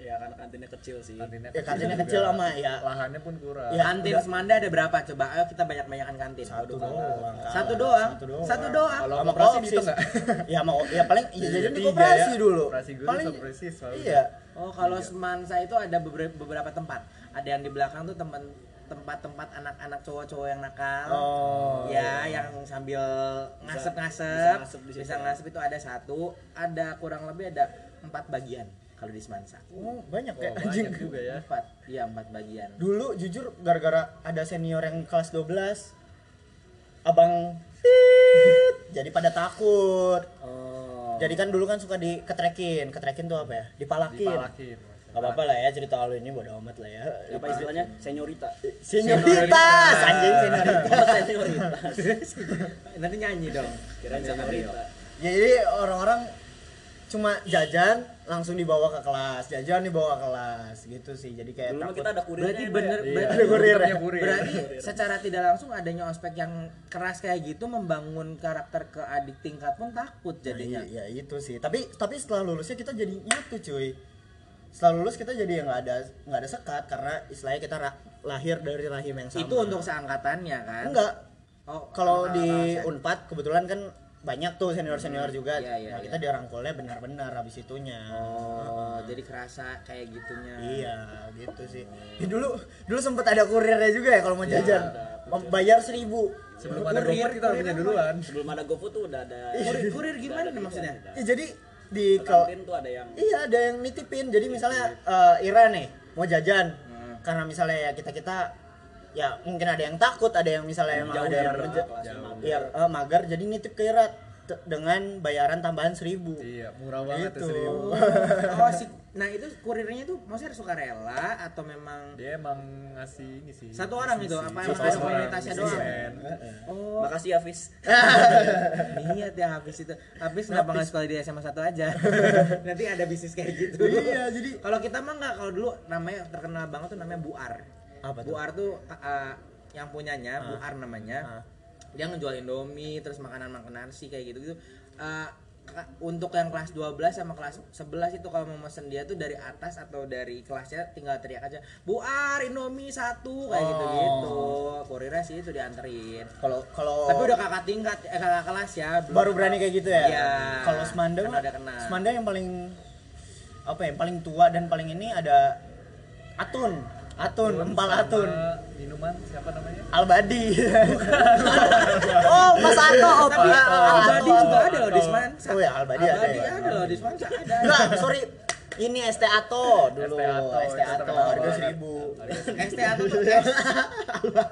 Speaker 4: ya karena kantinnya kecil sih
Speaker 3: kantinnya
Speaker 1: Ya kantinnya
Speaker 3: juga.
Speaker 1: kecil sama ya
Speaker 3: lahannya pun kurang
Speaker 1: Ya,
Speaker 2: kantin
Speaker 1: udah.
Speaker 2: semanda ada berapa coba ayo kita banyak banyakan kantin
Speaker 1: satu
Speaker 2: Waduh,
Speaker 1: doang.
Speaker 2: satu doang
Speaker 1: Satu doang.
Speaker 2: satu doang
Speaker 3: Kalau
Speaker 1: Sama
Speaker 3: koperasi
Speaker 1: koopsis.
Speaker 3: dihitung nggak?
Speaker 1: ya sama ya paling ya
Speaker 3: Iya,
Speaker 1: jajan di
Speaker 3: tiga
Speaker 1: koperasi
Speaker 3: ya.
Speaker 1: dulu.
Speaker 3: Koperasi guru,
Speaker 1: paling
Speaker 3: koperasi selalu.
Speaker 1: Iya.
Speaker 2: Oh, kalau semansa itu ada beberapa, beberapa tempat. Ada yang di belakang tuh tempat tempat-tempat anak-anak cowok-cowok yang nakal.
Speaker 1: Oh.
Speaker 2: Ya, yang sambil
Speaker 4: bisa
Speaker 2: ngasep-ngasep.
Speaker 4: ngasep di situ.
Speaker 2: Bisa ngasep itu ada satu, ada kurang lebih ada empat bagian kalau di semansa.
Speaker 1: Oh, banyak
Speaker 3: Wah,
Speaker 1: kayak
Speaker 3: banyak
Speaker 1: anjing.
Speaker 3: juga ya
Speaker 2: Empat, iya empat bagian.
Speaker 1: Dulu jujur gara-gara ada senior yang kelas 12 abang tit, jadi pada takut.
Speaker 2: Oh.
Speaker 1: Jadi kan dulu kan suka di ketrekin, ketrekin tuh apa ya? Dipalakin.
Speaker 3: dipalakin Iya,
Speaker 1: Gak apa-apa lah ya cerita lu ini bodo amat lah ya.
Speaker 4: apa istilahnya seniorita
Speaker 1: Senioritas, anjing
Speaker 4: Oh,
Speaker 1: senioritas.
Speaker 4: seniorita
Speaker 2: Nanti nyanyi dong.
Speaker 4: kirain seniorita
Speaker 1: Ya, jadi orang-orang cuma jajan langsung dibawa ke kelas, jajan dibawa ke kelas gitu sih. Jadi kayak
Speaker 4: dulu mah
Speaker 1: takut.
Speaker 4: kita ada kurirnya
Speaker 2: Berarti
Speaker 4: ya,
Speaker 2: bener,
Speaker 4: Bay.
Speaker 3: Iya.
Speaker 2: berarti
Speaker 1: Ada kurir ya?
Speaker 3: Punya kurir.
Speaker 2: Berarti secara tidak langsung adanya ospek yang keras kayak gitu membangun karakter ke adik tingkat pun takut jadinya.
Speaker 1: Nah, iya, iya, itu sih. Tapi tapi setelah lulusnya kita jadi nyatu, cuy. Setelah lulus kita jadi yang nggak ada nggak ada sekat karena istilahnya kita ra- lahir dari rahim yang sama.
Speaker 2: Itu untuk seangkatannya kan?
Speaker 1: enggak
Speaker 2: Oh,
Speaker 1: kalau
Speaker 2: ah,
Speaker 1: di
Speaker 2: alasan.
Speaker 1: Unpad kebetulan kan banyak tuh senior-senior juga.
Speaker 2: iya, iya,
Speaker 1: nah, kita dirangkulnya benar-benar habis itunya.
Speaker 2: Oh, jadi kerasa kayak gitunya.
Speaker 1: Iya, gitu sih. Ya, dulu dulu sempet ada kurirnya juga ya kalau mau jajan. Mem- bayar seribu.
Speaker 3: sebelum ada GoFood kita udah punya duluan
Speaker 4: sebelum ada GoFood tuh udah ada
Speaker 2: Kurir, kurir gimana nih maksudnya?
Speaker 1: Ya, jadi di
Speaker 4: Ke
Speaker 1: kalau
Speaker 4: kantin tuh ada yang
Speaker 1: Iya ada yang nitipin. Jadi misalnya eh, Ira nih mau jajan, karena misalnya ya kita kita ya mungkin ada yang takut, ada yang misalnya emang
Speaker 4: jauh
Speaker 1: ada
Speaker 4: dari
Speaker 1: yang
Speaker 4: rumah
Speaker 1: kerja,
Speaker 4: kelasnya mah.
Speaker 1: ya eh, mager. Jadi nitip ke Ira te- dengan bayaran tambahan seribu.
Speaker 3: iya murah banget
Speaker 1: Gitu.
Speaker 3: tuh seribu
Speaker 2: Oh, si, nah itu kurirnya tuh maksudnya suka rela atau memang
Speaker 3: dia emang ngasih ini sih
Speaker 2: Satu orang
Speaker 3: ngasih
Speaker 2: itu,
Speaker 3: sih.
Speaker 2: apa
Speaker 3: Satu
Speaker 2: emang ada
Speaker 3: orang,
Speaker 2: komunitasnya doang?
Speaker 3: businessman.
Speaker 2: Oh,
Speaker 4: makasih ya Fis
Speaker 2: niat ya habis itu. Habis kenapa nggak sekolah di SMA 1 aja? Nanti ada bisnis kayak gitu.
Speaker 1: Iya, jadi-
Speaker 2: kalau kita mah nggak kalau dulu namanya terkenal banget tuh namanya Buar.
Speaker 1: Apa tuh?
Speaker 2: Buar tuh uh, yang punyanya Buar
Speaker 1: Ah.
Speaker 2: namanya. Dia ngejual Indomie, terus makanan-makanan sih kayak gitu-gitu. Uh, ka- untuk yang kelas 12 sama kelas 11 itu kalau mau mesen dia tuh dari atas atau dari kelasnya tinggal teriak aja buar indomie satu
Speaker 1: Oh.
Speaker 2: kayak gitu-gitu kurirnya sih itu dianterin
Speaker 1: Kalau kalau
Speaker 2: tapi udah kakak tingkat, eh, kakak kelas ya.
Speaker 1: Oh.
Speaker 2: belum
Speaker 1: baru
Speaker 2: kenal.
Speaker 1: berani kayak gitu ya.
Speaker 2: Iya.
Speaker 1: Kalau Semanda
Speaker 3: Kan
Speaker 2: Karena
Speaker 1: mah-
Speaker 2: udah kenal.
Speaker 1: Semanda yang paling apa ya? Yang paling tua dan paling ini ada Atun, Atun, Empal
Speaker 3: Sama
Speaker 1: Atun.
Speaker 3: minuman siapa namanya
Speaker 1: Albadi. oh, Mas Ato, oh,
Speaker 2: Tapi
Speaker 1: Pak.
Speaker 2: Albadi
Speaker 1: Ato.
Speaker 2: juga ada loh di Seman.
Speaker 1: Oh ya, Albadi ada
Speaker 2: Albadi
Speaker 1: ya.
Speaker 2: ada loh di Seman nggak ada.
Speaker 1: Enggak, sorry. Ini ST Ato dulu.
Speaker 3: ST Ato,
Speaker 1: ST Ato,
Speaker 3: itu terkenal
Speaker 1: harga
Speaker 3: banget.
Speaker 1: seribu.
Speaker 2: STA tuh tuh S.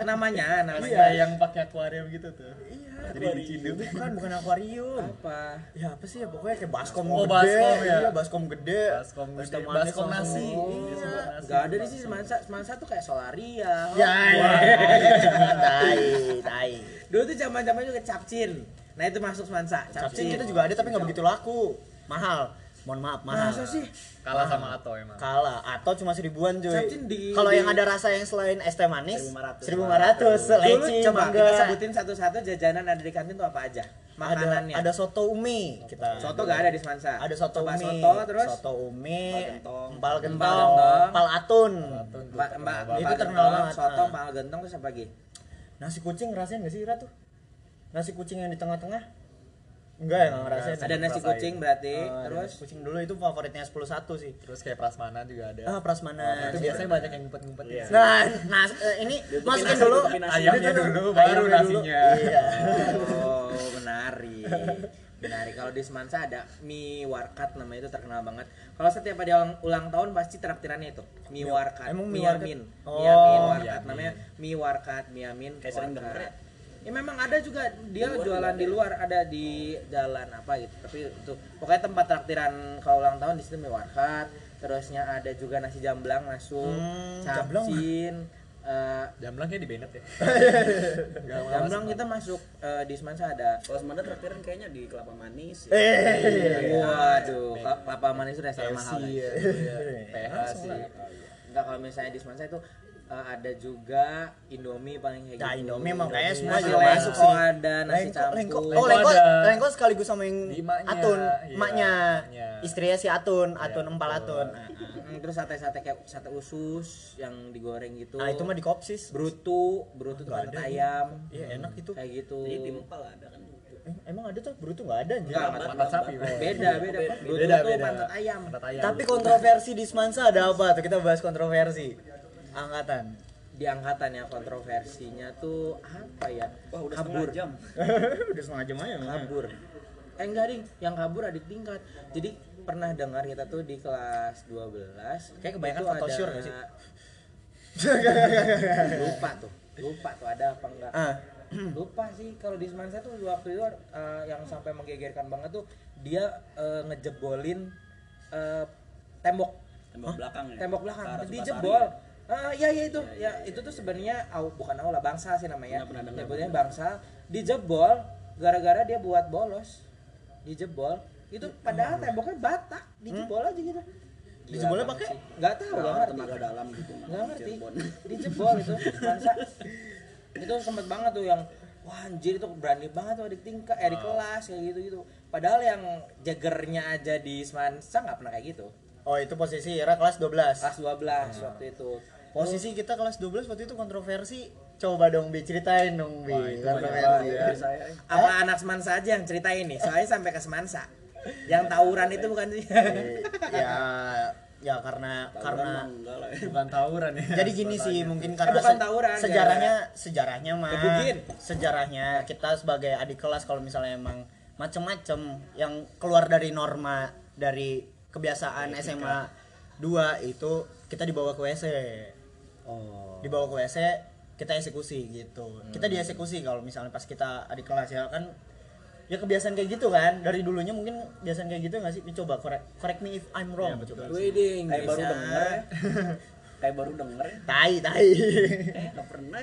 Speaker 2: namanya namanya
Speaker 3: Kayak yang pakai akuarium gitu tuh
Speaker 1: Iya.
Speaker 3: jadi gitu. diciduk
Speaker 1: Bukan, bukan akuarium.
Speaker 2: apa?
Speaker 1: Ya apa sih ya pokoknya kayak baskom
Speaker 3: Oh,
Speaker 1: gede.
Speaker 3: baskom ya.
Speaker 1: Iya, baskom gede.
Speaker 3: baskom
Speaker 1: Terus
Speaker 3: gede
Speaker 1: teh manis
Speaker 3: baskom
Speaker 1: langsung.
Speaker 3: nasi
Speaker 1: Iya.
Speaker 2: Gak ada di sih Seman Seman tuh kayak Solaria.
Speaker 1: Ya, ya.
Speaker 2: Wah.
Speaker 1: Tai, tai.
Speaker 2: Dulu tuh zaman zaman juga capcin. Nah itu masuk Semansa.
Speaker 1: Capcin kita juga ada tapi nggak begitu laku. Mahal. Mohon maaf, mahal.
Speaker 2: Masa sih?
Speaker 3: kalah sama Ato emang
Speaker 1: Kalah atau cuma seribuan cuy.
Speaker 2: Capcin di-
Speaker 1: Kalau
Speaker 2: di-
Speaker 1: yang ada rasa yang selain es teh manis
Speaker 4: 1500.
Speaker 1: 1500,
Speaker 2: Dulu
Speaker 1: leci,
Speaker 2: coba
Speaker 1: mangga.
Speaker 2: kita sebutin satu-satu jajanan ada di kantin tuh apa aja?
Speaker 1: ada,
Speaker 2: Makanannya.
Speaker 1: ada soto umi kita.
Speaker 2: Soto gak ada di Semansa.
Speaker 1: Ada soto
Speaker 2: Coba
Speaker 1: umi.
Speaker 2: Soto terus.
Speaker 1: Soto umi,
Speaker 2: Empal gentong.
Speaker 1: empal
Speaker 2: Empal
Speaker 1: gentong,
Speaker 2: gentong.
Speaker 1: empal atun.
Speaker 3: Atun tuh
Speaker 2: Mbak,
Speaker 3: terkenal
Speaker 2: mbak,
Speaker 3: banget.
Speaker 1: Itu
Speaker 2: itu
Speaker 1: terkenal
Speaker 2: terkenal
Speaker 1: banget,
Speaker 2: Soto,
Speaker 1: ah.
Speaker 2: Pak Gentong terus apa lagi?
Speaker 1: Nasi kucing ngerasain gak sih Ira tuh? Nasi kucing yang di tengah-tengah? Enggak ya nggak ngerasain.
Speaker 2: Ada
Speaker 3: Sempet
Speaker 2: nasi Oh,
Speaker 3: ngerasain.
Speaker 2: kucing berarti,
Speaker 1: Eh, ada
Speaker 2: terus
Speaker 1: nasi kucing dulu itu favoritnya 101 sih.
Speaker 3: terus kayak prasmanan juga
Speaker 2: Iya.
Speaker 3: ada
Speaker 1: Ah, prasmanan.
Speaker 3: itu biasanya banyak yang ngumpet-ngumpet ya
Speaker 1: Nah, nas- eh, ini
Speaker 4: Ditutupin
Speaker 1: masukin
Speaker 4: nasi,
Speaker 1: dulu
Speaker 4: ditutupin nasi.
Speaker 3: Ayamnya dulu, baru
Speaker 1: Ayamnya dulu.
Speaker 3: nasinya.
Speaker 1: Iya.
Speaker 2: oh menarik, menarik. Kalau di Semansa ada mie warkat namanya itu terkenal banget. Kalau setiap ada ulang, ulang tahun pasti traktirannya itu mie warkat,
Speaker 1: Emang mie
Speaker 2: mie
Speaker 1: warkat?
Speaker 2: amin,
Speaker 1: Oh,
Speaker 2: mie amin
Speaker 1: mie
Speaker 2: warkat
Speaker 3: amin.
Speaker 2: namanya mie warkat, mie amin.
Speaker 4: Kayak sering
Speaker 2: warkat.
Speaker 4: denger ya.
Speaker 2: Ya memang ada juga dia
Speaker 4: Di luar
Speaker 2: jualan
Speaker 4: juga
Speaker 2: di
Speaker 4: ada.
Speaker 2: luar ada di jalan apa gitu. Tapi itu pokoknya tempat traktiran kalau ulang tahun di situ mie warkat. Terusnya ada juga nasi jamblang masuk,
Speaker 1: Hmm, jamblang.
Speaker 2: capcin, eh,
Speaker 3: jamblang kayak di Bennett ya
Speaker 2: Jamblang kita masuk eh, di Semansa ada
Speaker 4: kalau Semanda traktiran kayaknya di kelapa manis ya.
Speaker 1: Eh.
Speaker 2: Waduh, ke- kelapa manis itu
Speaker 1: Iya
Speaker 2: restoran
Speaker 3: KFC
Speaker 2: mahal
Speaker 3: ya
Speaker 2: guys. Oh, iya.
Speaker 3: PH sih
Speaker 2: Enggak kalau misalnya di Semansa itu eh, ada juga Indomie paling kayak
Speaker 1: Nah,
Speaker 2: gitu.
Speaker 1: Indomie emang kayaknya semua
Speaker 2: Nasi
Speaker 1: juga masuk
Speaker 2: lengko
Speaker 1: sih.
Speaker 2: ada, nasi
Speaker 1: Lengko-
Speaker 2: campur.
Speaker 1: Lengko,
Speaker 3: Lengko
Speaker 1: oh, lengko,
Speaker 3: ada.
Speaker 1: lengko sekaligus sama yang
Speaker 3: Di emaknya,
Speaker 1: Atun,
Speaker 3: iya,
Speaker 1: emaknya.
Speaker 3: emaknya.
Speaker 1: Istrinya si Atun, Atun
Speaker 3: Iya,
Speaker 1: empal
Speaker 3: betul.
Speaker 1: Atun. Ah,
Speaker 2: Mm, terus sate-sate kayak sate usus yang digoreng gitu.
Speaker 1: ah. Ah, itu mah di Kopsis.
Speaker 2: brutu, brutu tuh
Speaker 1: Nggak
Speaker 2: pantat
Speaker 1: ada.
Speaker 2: ayam.
Speaker 1: Iya, enak itu.
Speaker 2: Kayak gitu.
Speaker 4: jadi tim empal ada kan
Speaker 1: Eh, Emang ada tuh Bruto nggak ada anjir.
Speaker 2: Nggak,
Speaker 4: Lambat,
Speaker 3: pantat sapi
Speaker 4: lambat.
Speaker 3: Bang.
Speaker 2: Beda, beda. Pak. Brutu
Speaker 3: Beda,
Speaker 2: tuh
Speaker 3: beda.
Speaker 2: pantat ayam.
Speaker 3: Pantat ayam.
Speaker 1: Tapi kontroversi di Semansa ada apa tuh? Kita bahas kontroversi. Angkatan.
Speaker 2: Di angkatan ya kontroversinya tuh apa ya?
Speaker 4: wah udah
Speaker 2: Kabur.
Speaker 4: setengah jam
Speaker 1: Udah setengah jam aja. Mang.
Speaker 2: kabur eh enggak ding yang kabur adik tingkat jadi pernah dengar kita tuh di kelas 12
Speaker 1: Kayak kebanyakan
Speaker 2: itu ada-
Speaker 1: photoshoot nggak sih?
Speaker 2: lupa tuh lupa tuh ada apa enggak
Speaker 1: Ah.
Speaker 2: lupa sih kalau di Semansa tuh waktu itu eh, yang sampai menggegerkan banget tuh dia eh, ngejebolin eh, tembok
Speaker 4: tembok belakang ya
Speaker 2: tembok
Speaker 4: Ke arah
Speaker 2: belakang
Speaker 4: Sukasari
Speaker 2: dijebol
Speaker 4: ya?
Speaker 2: Ah, iya iya itu.
Speaker 4: Iya,
Speaker 2: Ya, itu tuh sebenarnya au- bukan aula bangsa sih namanya.
Speaker 4: Pernah, pernah dengar,
Speaker 2: Nyebutnya
Speaker 4: pernah.
Speaker 2: bangsa dijebol gara-gara dia buat bolos. Dijebol. Itu padahal temboknya batak, dijebol aja gitu.
Speaker 4: Hmm? Gila
Speaker 1: Dijebolnya
Speaker 4: banget
Speaker 1: pakai
Speaker 4: sih.
Speaker 2: Gak tahu,
Speaker 4: Nah,
Speaker 2: gak ngerti.
Speaker 4: tenaga dalam gitu
Speaker 2: Gak ngerti.
Speaker 4: Cirebon.
Speaker 2: Dijebol itu bangsa. itu sempet banget tuh yang wah anjir itu berani banget tuh adik tingkat, eh,
Speaker 4: Oh.
Speaker 2: di kelas kayak gitu-gitu. Padahal yang jagernya aja di Semansa nggak pernah kayak gitu.
Speaker 1: oh itu posisi era kelas 12
Speaker 2: Kelas 12
Speaker 4: Ah.
Speaker 2: waktu itu.
Speaker 1: posisi kita kelas 12 waktu itu kontroversi coba dong bi ceritain dong bi kontroversi ya.
Speaker 2: sama anak Semansa aja yang cerita ini soalnya sampai ke Semansa yang tawuran itu bukan
Speaker 1: Eh,
Speaker 2: sih
Speaker 1: ya ya karena
Speaker 4: Tawuran
Speaker 1: karena
Speaker 4: mah enggak lah ya.
Speaker 3: bukan tawuran ya
Speaker 1: jadi gini sih mungkin karena
Speaker 2: bukan
Speaker 1: se-
Speaker 2: tawuran,
Speaker 1: sejarahnya sejarahnya mah
Speaker 2: Gebugin.
Speaker 1: sejarahnya kita sebagai adik kelas kalau misalnya emang macem-macem yang keluar dari norma dari kebiasaan SMA 2 itu kita dibawa ke WC
Speaker 2: oh
Speaker 1: dibawa ke WC kita eksekusi gitu kita dieksekusi kalau misalnya pas kita adik kelas ya kan ya kebiasaan kayak gitu kan dari dulunya mungkin kebiasaan kayak gitu nggak sih coba correct, correct me if I'm wrong
Speaker 3: Iya, betul.
Speaker 1: coba
Speaker 2: Widing,
Speaker 4: kayak baru
Speaker 2: bisa.
Speaker 4: denger ya. kayak baru denger ya.
Speaker 1: tai tai
Speaker 4: eh nggak pernah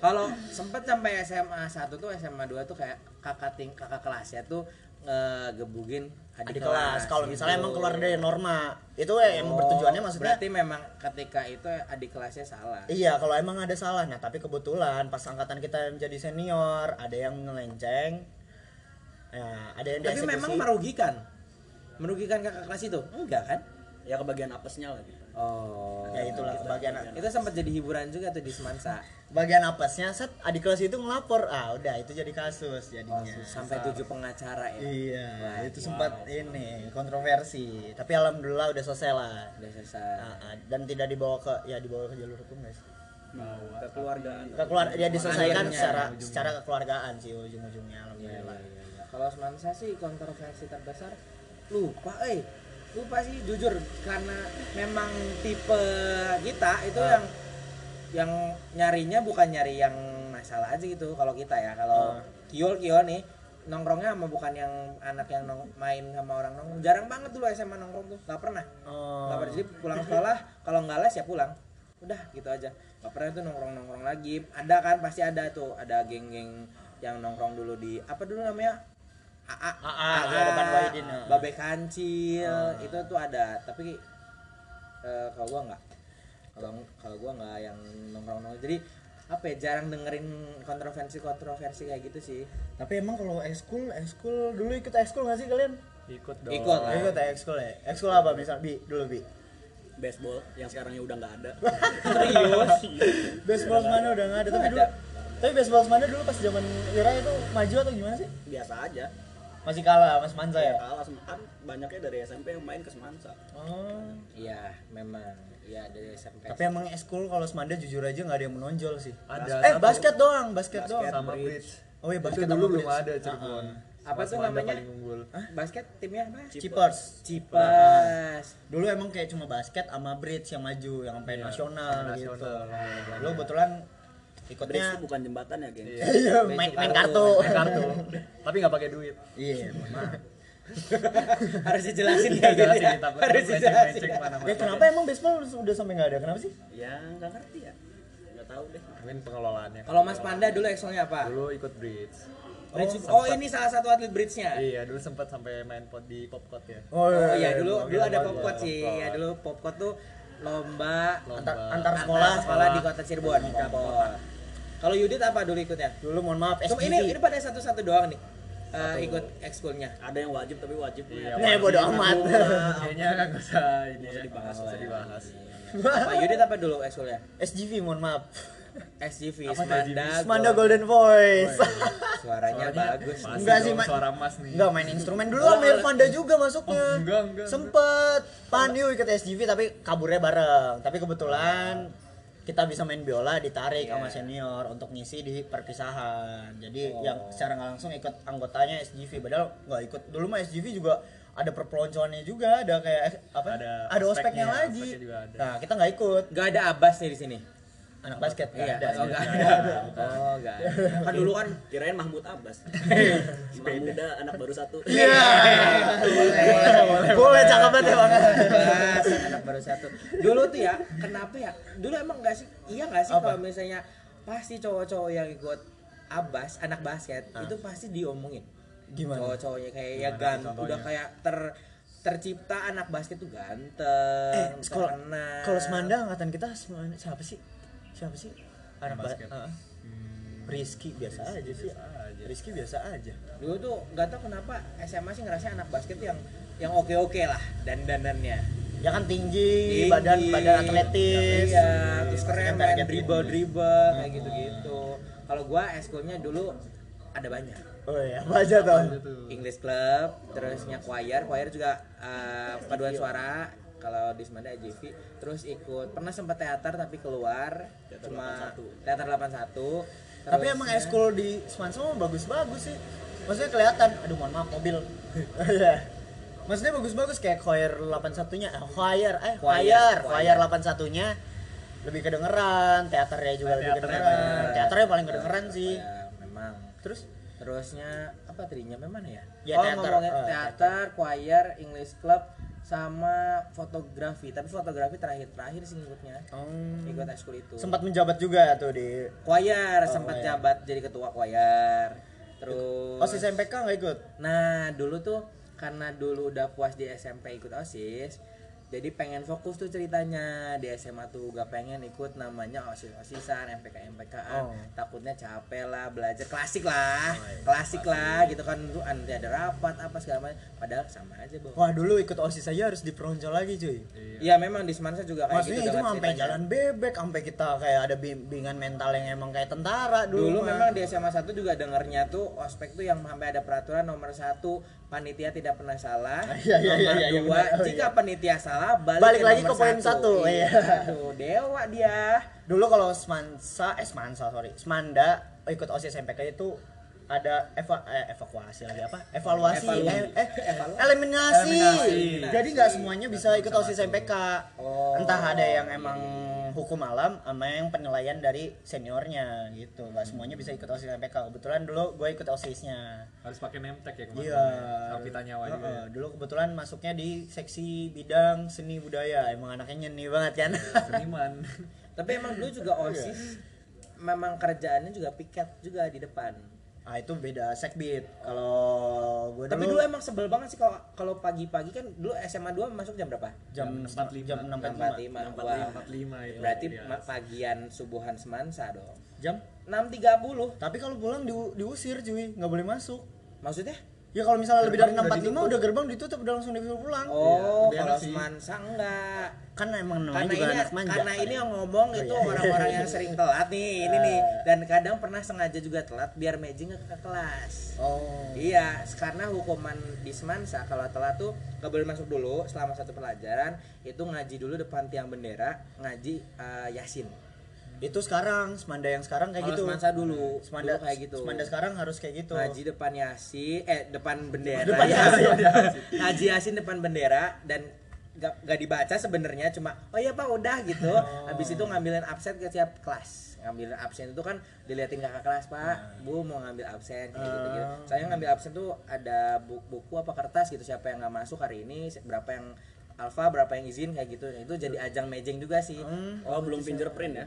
Speaker 2: kalau sempet sampai SMA 1 tuh SMA 2 tuh kayak kakak ting kakak kelas ya tuh ngegebugin
Speaker 1: adik kelas kalau misalnya
Speaker 2: gitu.
Speaker 1: emang keluar dari norma itu eh, emang
Speaker 2: Oh,
Speaker 1: bertujuannya maksudnya
Speaker 2: berarti memang ketika itu adik kelasnya salah
Speaker 1: iya kalau emang ada salah nah tapi kebetulan pas angkatan kita yang menjadi senior ada yang melenceng ya, ada yang
Speaker 2: tapi
Speaker 1: dieksekusi.
Speaker 2: memang merugikan merugikan kakak kelas itu enggak kan
Speaker 4: ya kebagian apesnya lah gitu
Speaker 2: oh
Speaker 1: ya itulah kebagian
Speaker 2: itu sempat jadi hiburan juga tuh di Semansa
Speaker 1: bagian apesnya set adik kelas itu ngelapor ah udah itu jadi kasus jadinya
Speaker 2: sampai tujuh pengacara ya
Speaker 1: iya
Speaker 2: Wah,
Speaker 1: itu sempat ini kontroversi tapi alhamdulillah udah selesai lah
Speaker 2: udah selesai
Speaker 1: Ah, ah, dan tidak dibawa ke ya dibawa ke jalur hukum guys
Speaker 3: Bawa.
Speaker 4: kekeluargaan
Speaker 1: ke keluar ya diselesaikan
Speaker 2: Akhirnya,
Speaker 1: secara secara kekeluargaan sih ujung-ujungnya alhamdulillah
Speaker 2: Iya, kalau semansa sih kontroversi terbesar lupa eh lupa sih jujur karena memang tipe kita itu
Speaker 1: Ah.
Speaker 2: yang yang nyarinya bukan nyari yang masalah aja gitu kalau kita ya
Speaker 1: Ah.
Speaker 2: kalau kiol kiol nih nongkrongnya sama bukan yang anak yang nong- main sama orang nongkrong jarang banget dulu SMA nongkrong tuh nggak pernah
Speaker 1: Oh.
Speaker 2: nggak pernah jadi pulang sekolah kalau nggak les ya pulang udah gitu aja nggak pernah tuh nongkrong nongkrong lagi ada kan pasti ada tuh ada geng-geng yang nongkrong dulu di apa dulu namanya AA
Speaker 1: AA, ya, depan Wahidin, Ah. ya.
Speaker 2: Babe Kancil itu tuh ada tapi eh, kalau gua nggak kalau kalau gua nggak yang nongkrong nongkrong jadi apa ya jarang dengerin kontroversi kontroversi kayak gitu sih
Speaker 1: Tapi emang kalau ekskul, ekskul dulu ikut ekskul nggak sih kalian?
Speaker 3: ikut dong
Speaker 2: Ikut lah.
Speaker 1: Oh, Ikut ekskul ya. Ekskul apa misal bi dulu bi.
Speaker 4: baseball yang sekarang ya udah nggak ada
Speaker 2: serius
Speaker 1: Baseball mana udah nggak ada tapi
Speaker 2: Nggak
Speaker 1: dulu. Tapi baseball mana dulu pas zaman Ira itu maju atau gimana sih?
Speaker 4: biasa aja
Speaker 1: Masih kalah Mas Mansa ya.
Speaker 4: ya kalah sama- kan banyaknya dari SMP yang main ke Semansa
Speaker 1: Oh.
Speaker 2: iya memang iya dari SMP
Speaker 1: Tapi emang ekskul kalau Semanda jujur aja nggak ada yang menonjol sih.
Speaker 3: Ada
Speaker 1: eh
Speaker 3: satu.
Speaker 1: basket doang, basket, doang.
Speaker 4: Basket.
Speaker 3: sama
Speaker 4: Bridge.
Speaker 3: bridge
Speaker 1: Oh iya, basket
Speaker 3: itu
Speaker 1: sama
Speaker 3: dulu
Speaker 1: bridge.
Speaker 3: belum ada
Speaker 1: Ah,
Speaker 3: Cirebon
Speaker 2: Apa
Speaker 3: Mas
Speaker 2: tuh
Speaker 3: Manda
Speaker 2: namanya?
Speaker 3: paling unggul
Speaker 2: basket timnya apa
Speaker 1: Cipers.
Speaker 2: Cipas.
Speaker 1: Dulu emang kayak cuma basket sama bridge yang maju, yang sampai
Speaker 3: Iya,
Speaker 1: nasional,
Speaker 3: nasional.
Speaker 1: gitu.
Speaker 3: Iya.
Speaker 1: Lu kebetulan
Speaker 4: Bridge
Speaker 1: ikutnya
Speaker 4: itu bukan jembatan ya geng
Speaker 3: Iya.
Speaker 1: Iya, main, main kartu.
Speaker 2: Main kartu.
Speaker 3: tapi nggak pakai duit
Speaker 1: Iya, mohon maaf.
Speaker 2: harus dijelasin
Speaker 3: Nggak
Speaker 2: kayak gitu
Speaker 3: Iya, jelasin
Speaker 2: ya.
Speaker 3: kita
Speaker 2: Harus dijelasin.
Speaker 3: melenceng mana
Speaker 1: Ya kenapa emang baseball udah sampai nggak ada? Kenapa sih?
Speaker 4: ya nggak ngerti ya nggak tahu deh
Speaker 3: mungkin pengelolaannya
Speaker 2: Kalau Mas Panda dulu eksolnya apa?
Speaker 3: dulu ikut bridge
Speaker 2: Bridge-
Speaker 3: Oh,
Speaker 2: Oh, ini salah satu atlet bridge-nya.
Speaker 3: iya dulu sempat sampai main pot di popcot ya
Speaker 1: Oh
Speaker 2: Oh iya dulu dulu ada
Speaker 3: Lomba,
Speaker 2: popcot sih.
Speaker 3: lomba.
Speaker 2: Ya dulu popcot tuh lomba
Speaker 3: iya, Lomba.
Speaker 1: Antar, antar sekolah,
Speaker 2: sekolah di kota Cirebon. Popcot. Kalau Yudit apa dulu ikutnya?
Speaker 1: Dulu mohon maaf
Speaker 2: Cuma
Speaker 1: SGT.
Speaker 2: ini ini pada satu-satu doang nih. eh, ikut ekskulnya.
Speaker 4: ada yang wajib tapi wajib
Speaker 3: Iya,
Speaker 1: Eh, bodo amat.
Speaker 3: Eh, kayaknya nggak usah ini
Speaker 4: Nggak usah dibahas
Speaker 3: nggak usah
Speaker 4: lah ya.
Speaker 3: dibahas
Speaker 2: Apa Yudit apa dulu ekskulnya?
Speaker 1: SGV mohon maaf.
Speaker 2: SGV,
Speaker 3: Apa tuh,
Speaker 2: Semanda,
Speaker 3: SGV?
Speaker 1: Manda Golden Voice.
Speaker 2: Suaranya bagus.
Speaker 3: masih
Speaker 1: Enggak sih,
Speaker 3: dong,
Speaker 1: Ma-
Speaker 3: suara emas nih
Speaker 1: Enggak main instrumen dulu sama Irfanda juga masuknya.
Speaker 3: Oh, enggak, enggak,
Speaker 1: Sempet Panyu ikut SGV tapi kaburnya bareng. Tapi kebetulan kita bisa main biola ditarik
Speaker 2: Iya.
Speaker 1: sama senior untuk ngisi di perpisahan. Jadi yang secara nggak langsung ikut anggotanya SGV. Padahal nggak ikut. Dulu mah SGV juga ada perpeloncoannya juga, ada kayak eh, apa?
Speaker 3: Ada
Speaker 1: ospeknya
Speaker 3: ospeknya,
Speaker 1: lagi.
Speaker 3: ospeknya juga ada.
Speaker 1: Nah, kita nggak ikut.
Speaker 2: Gak ada abas nih di sini.
Speaker 1: anak basket nggak
Speaker 2: Iya,
Speaker 1: ada
Speaker 2: oh
Speaker 1: ya?
Speaker 2: enggak
Speaker 1: Nggak ada.
Speaker 2: ada. Oh enggak.
Speaker 4: kan dulu kan kirain Mahmud Abbas Imam muda anak baru satu
Speaker 1: Iya.
Speaker 2: Boleh, boleh.
Speaker 1: Boleh cakep banget ya bang.
Speaker 2: Bas, anak baru satu. Dulu tuh ya, kenapa ya? Dulu emang nggak sih? Iya nggak sih
Speaker 1: Apa?
Speaker 2: kalau misalnya pasti cowok-cowok yang ikut Abas, anak basket, itu pasti diomongin.
Speaker 1: Ah. Gimana?
Speaker 2: Cowok-cowoknya kayak ya
Speaker 3: Gimana
Speaker 2: ganteng,
Speaker 3: contohnya?
Speaker 2: udah kayak ter tercipta anak basket tuh
Speaker 1: Eh,
Speaker 2: ganteng,
Speaker 1: sekolah
Speaker 2: terkenal.
Speaker 1: kalau Semanda angkatan kita Semanda- siapa sih? Siapa sih? Anak
Speaker 3: Anak
Speaker 1: basket.
Speaker 3: basket.
Speaker 1: Hmm. Rizky biasa aja sih.
Speaker 3: aja.
Speaker 1: Rizky biasa aja.
Speaker 2: Dulu tuh nggak tahu kenapa SMA sih ngerasa anak basket yang yang oke-oke lah dan danannya.
Speaker 1: Ya kan tinggi, badan badan atletis.
Speaker 2: iya terus keren
Speaker 1: Pasti
Speaker 2: main
Speaker 1: target.
Speaker 2: dribble dribble kayak gitu gitu kalau gua eskulnya dulu ada banyak
Speaker 1: Oh iya, apa aja tuh?
Speaker 2: English club terusnya choir choir juga eh, paduan suara kalau di Semada JV terus ikut pernah sempat teater tapi keluar
Speaker 4: Teater
Speaker 2: cuma
Speaker 4: 81.
Speaker 2: teater
Speaker 1: Tapi
Speaker 2: 81 Terusnya-
Speaker 1: emang eskul di Swanson bagus-bagus sih. Maksudnya kelihatan. Aduh, mohon maaf mobil. Iya. Maksudnya bagus-bagus kayak choir 81-nya, eh, choir, eh choir,
Speaker 2: Choir,
Speaker 1: choir
Speaker 2: choir.
Speaker 1: 81-nya lebih kedengeran, teaternya juga lebih
Speaker 3: Teaternya
Speaker 1: kedengeran.
Speaker 2: Teater.
Speaker 1: Teaternya paling kedengeran sih.
Speaker 2: Choir, Iya, memang
Speaker 1: Terus
Speaker 2: terusnya apa tadinya memang ya?
Speaker 1: Ya,
Speaker 2: oh
Speaker 1: teater.
Speaker 2: ngomongin
Speaker 1: Eh,
Speaker 2: teater, choir, English club sama fotografi. Tapi fotografi terakhir-terakhir sih ngikutnya. Ikut ekskul itu.
Speaker 1: Hmm. sempat menjabat juga tuh di
Speaker 2: choir
Speaker 1: Oh,
Speaker 2: sempat
Speaker 1: choir. Oh,
Speaker 2: jabat jadi ketua choir. Terus
Speaker 1: OSIS MPK nggak ikut?
Speaker 2: Nah, dulu tuh karena dulu udah puas di SMP ikut OSIS, jadi pengen fokus tuh ceritanya di SMA tuh gak pengen ikut namanya osis osisan MPK MPKan
Speaker 1: Oh. iya.
Speaker 2: takutnya capek lah belajar klasik lah klasik lah gitu kan lu nanti ada rapat apa segala macam padahal sama aja bahwa
Speaker 1: Wah dulu ikut OSIS aja harus diperonjol lagi cuy.
Speaker 2: ya memang di Semansa juga kayak
Speaker 1: Maksudnya
Speaker 2: gitu
Speaker 1: itu
Speaker 2: kan
Speaker 1: sampai
Speaker 2: ceritanya.
Speaker 1: jalan bebek, sampai kita kayak ada bimbingan mental yang emang kayak tentara dulu.
Speaker 2: Dulu
Speaker 1: mah.
Speaker 2: memang di SMA 1 juga dengernya tuh ospek tuh yang sampai ada peraturan nomor satu panitia tidak pernah salah.
Speaker 1: Iya, iya,
Speaker 2: nomor
Speaker 1: iya, iya,
Speaker 2: dua
Speaker 1: benar. Oh,
Speaker 2: jika
Speaker 1: iya.
Speaker 2: panitia salah balik,
Speaker 1: Balik
Speaker 2: ke
Speaker 1: lagi
Speaker 2: nomor
Speaker 1: ke poin satu, iya.
Speaker 2: Iya. Aduh, dewa dia.
Speaker 1: Dulu kalau Semansa, eh Semansa sorry, Semanda oh, ikut OSIS MPK itu ada eva- eh, evakuasi lagi apa? Evaluasi, eh,
Speaker 2: Evalu-
Speaker 1: eh,
Speaker 2: Evalu-
Speaker 1: eliminasi.
Speaker 2: Eliminasi.
Speaker 1: Jadi nggak semuanya bisa ikut OSIS MPK.
Speaker 2: Oh.
Speaker 1: Entah ada yang emang hukum alam sama yang penilaian dari seniornya gitu. Nggak semuanya bisa ikut OSIS MPK. Kebetulan dulu gue ikut OSISnya.
Speaker 3: Harus pakai name tag ya kemarin.
Speaker 1: Iya.
Speaker 3: Tapi tanya
Speaker 1: Heeh,
Speaker 3: juga. ya.
Speaker 1: Dulu kebetulan masuknya di seksi bidang seni budaya. Emang anaknya nyeni banget kan.
Speaker 3: Seniman.
Speaker 2: Tapi emang dulu juga
Speaker 1: Iya.
Speaker 2: osis memang kerjaannya juga piket juga di depan.
Speaker 1: ah itu beda sekbid. Kalau gue
Speaker 2: Tapi dulu emang sebel banget sih kalau kalau pagi-pagi kan dulu SMA 2 masuk jam berapa?
Speaker 1: jam
Speaker 3: Jam
Speaker 1: 45
Speaker 3: 45.
Speaker 1: jam 6.45
Speaker 2: 6.45. Wah.
Speaker 3: 45 itu.
Speaker 2: Berarti
Speaker 3: Iya.
Speaker 2: ma- pagian subuhan semansa dong.
Speaker 1: jam
Speaker 2: 6.30
Speaker 1: tapi kalau pulang di, diusir cuy nggak boleh masuk
Speaker 2: maksudnya?
Speaker 1: ya kalau misalnya lebih dari 6.45
Speaker 3: Gerbang udah ditutup.
Speaker 1: udah gerbang ditutup udah langsung disuruh pulang
Speaker 2: Oh,
Speaker 3: lebih
Speaker 2: kalau
Speaker 3: enak sih.
Speaker 2: semansa enggak.
Speaker 1: kan emang namanya
Speaker 2: karena
Speaker 1: juga
Speaker 2: ini
Speaker 1: anak manja kan? Oh, iya.
Speaker 2: karena ini yang ngomong itu orang-orang yang sering telat nih ini
Speaker 1: Eh.
Speaker 2: nih dan kadang pernah sengaja juga telat biar Meji nggak ke kelas
Speaker 1: oh
Speaker 2: iya karena hukuman di semansa kalau telat tuh nggak boleh masuk dulu selama satu pelajaran itu ngaji dulu depan tiang bendera ngaji eh, yasin
Speaker 1: itu sekarang semanda yang sekarang kayak
Speaker 2: Kalau
Speaker 1: gitu
Speaker 2: semansa dulu,
Speaker 1: semanda
Speaker 2: dulu kayak gitu.
Speaker 1: semanda sekarang harus kayak gitu
Speaker 2: ngaji depan yasin eh depan bendera ya.
Speaker 1: Depan Yasin.
Speaker 2: ngaji yasin depan bendera dan gak, gak dibaca sebenarnya cuma oh iya pak udah gitu
Speaker 1: Oh.
Speaker 2: habis itu ngambilin absen ke tiap kelas ngambilin absen itu kan diliatin kakak kelas pak
Speaker 1: Nah.
Speaker 2: bu mau ngambil absen kayak gitu gitu
Speaker 1: Oh.
Speaker 2: saya ngambil absen tuh ada bu- buku apa kertas gitu siapa yang nggak masuk hari ini si- berapa yang alfa berapa yang izin kayak gitu itu jadi
Speaker 1: Iya.
Speaker 2: ajang mejeng juga sih
Speaker 1: Hmm.
Speaker 4: oh belum fingerprint ya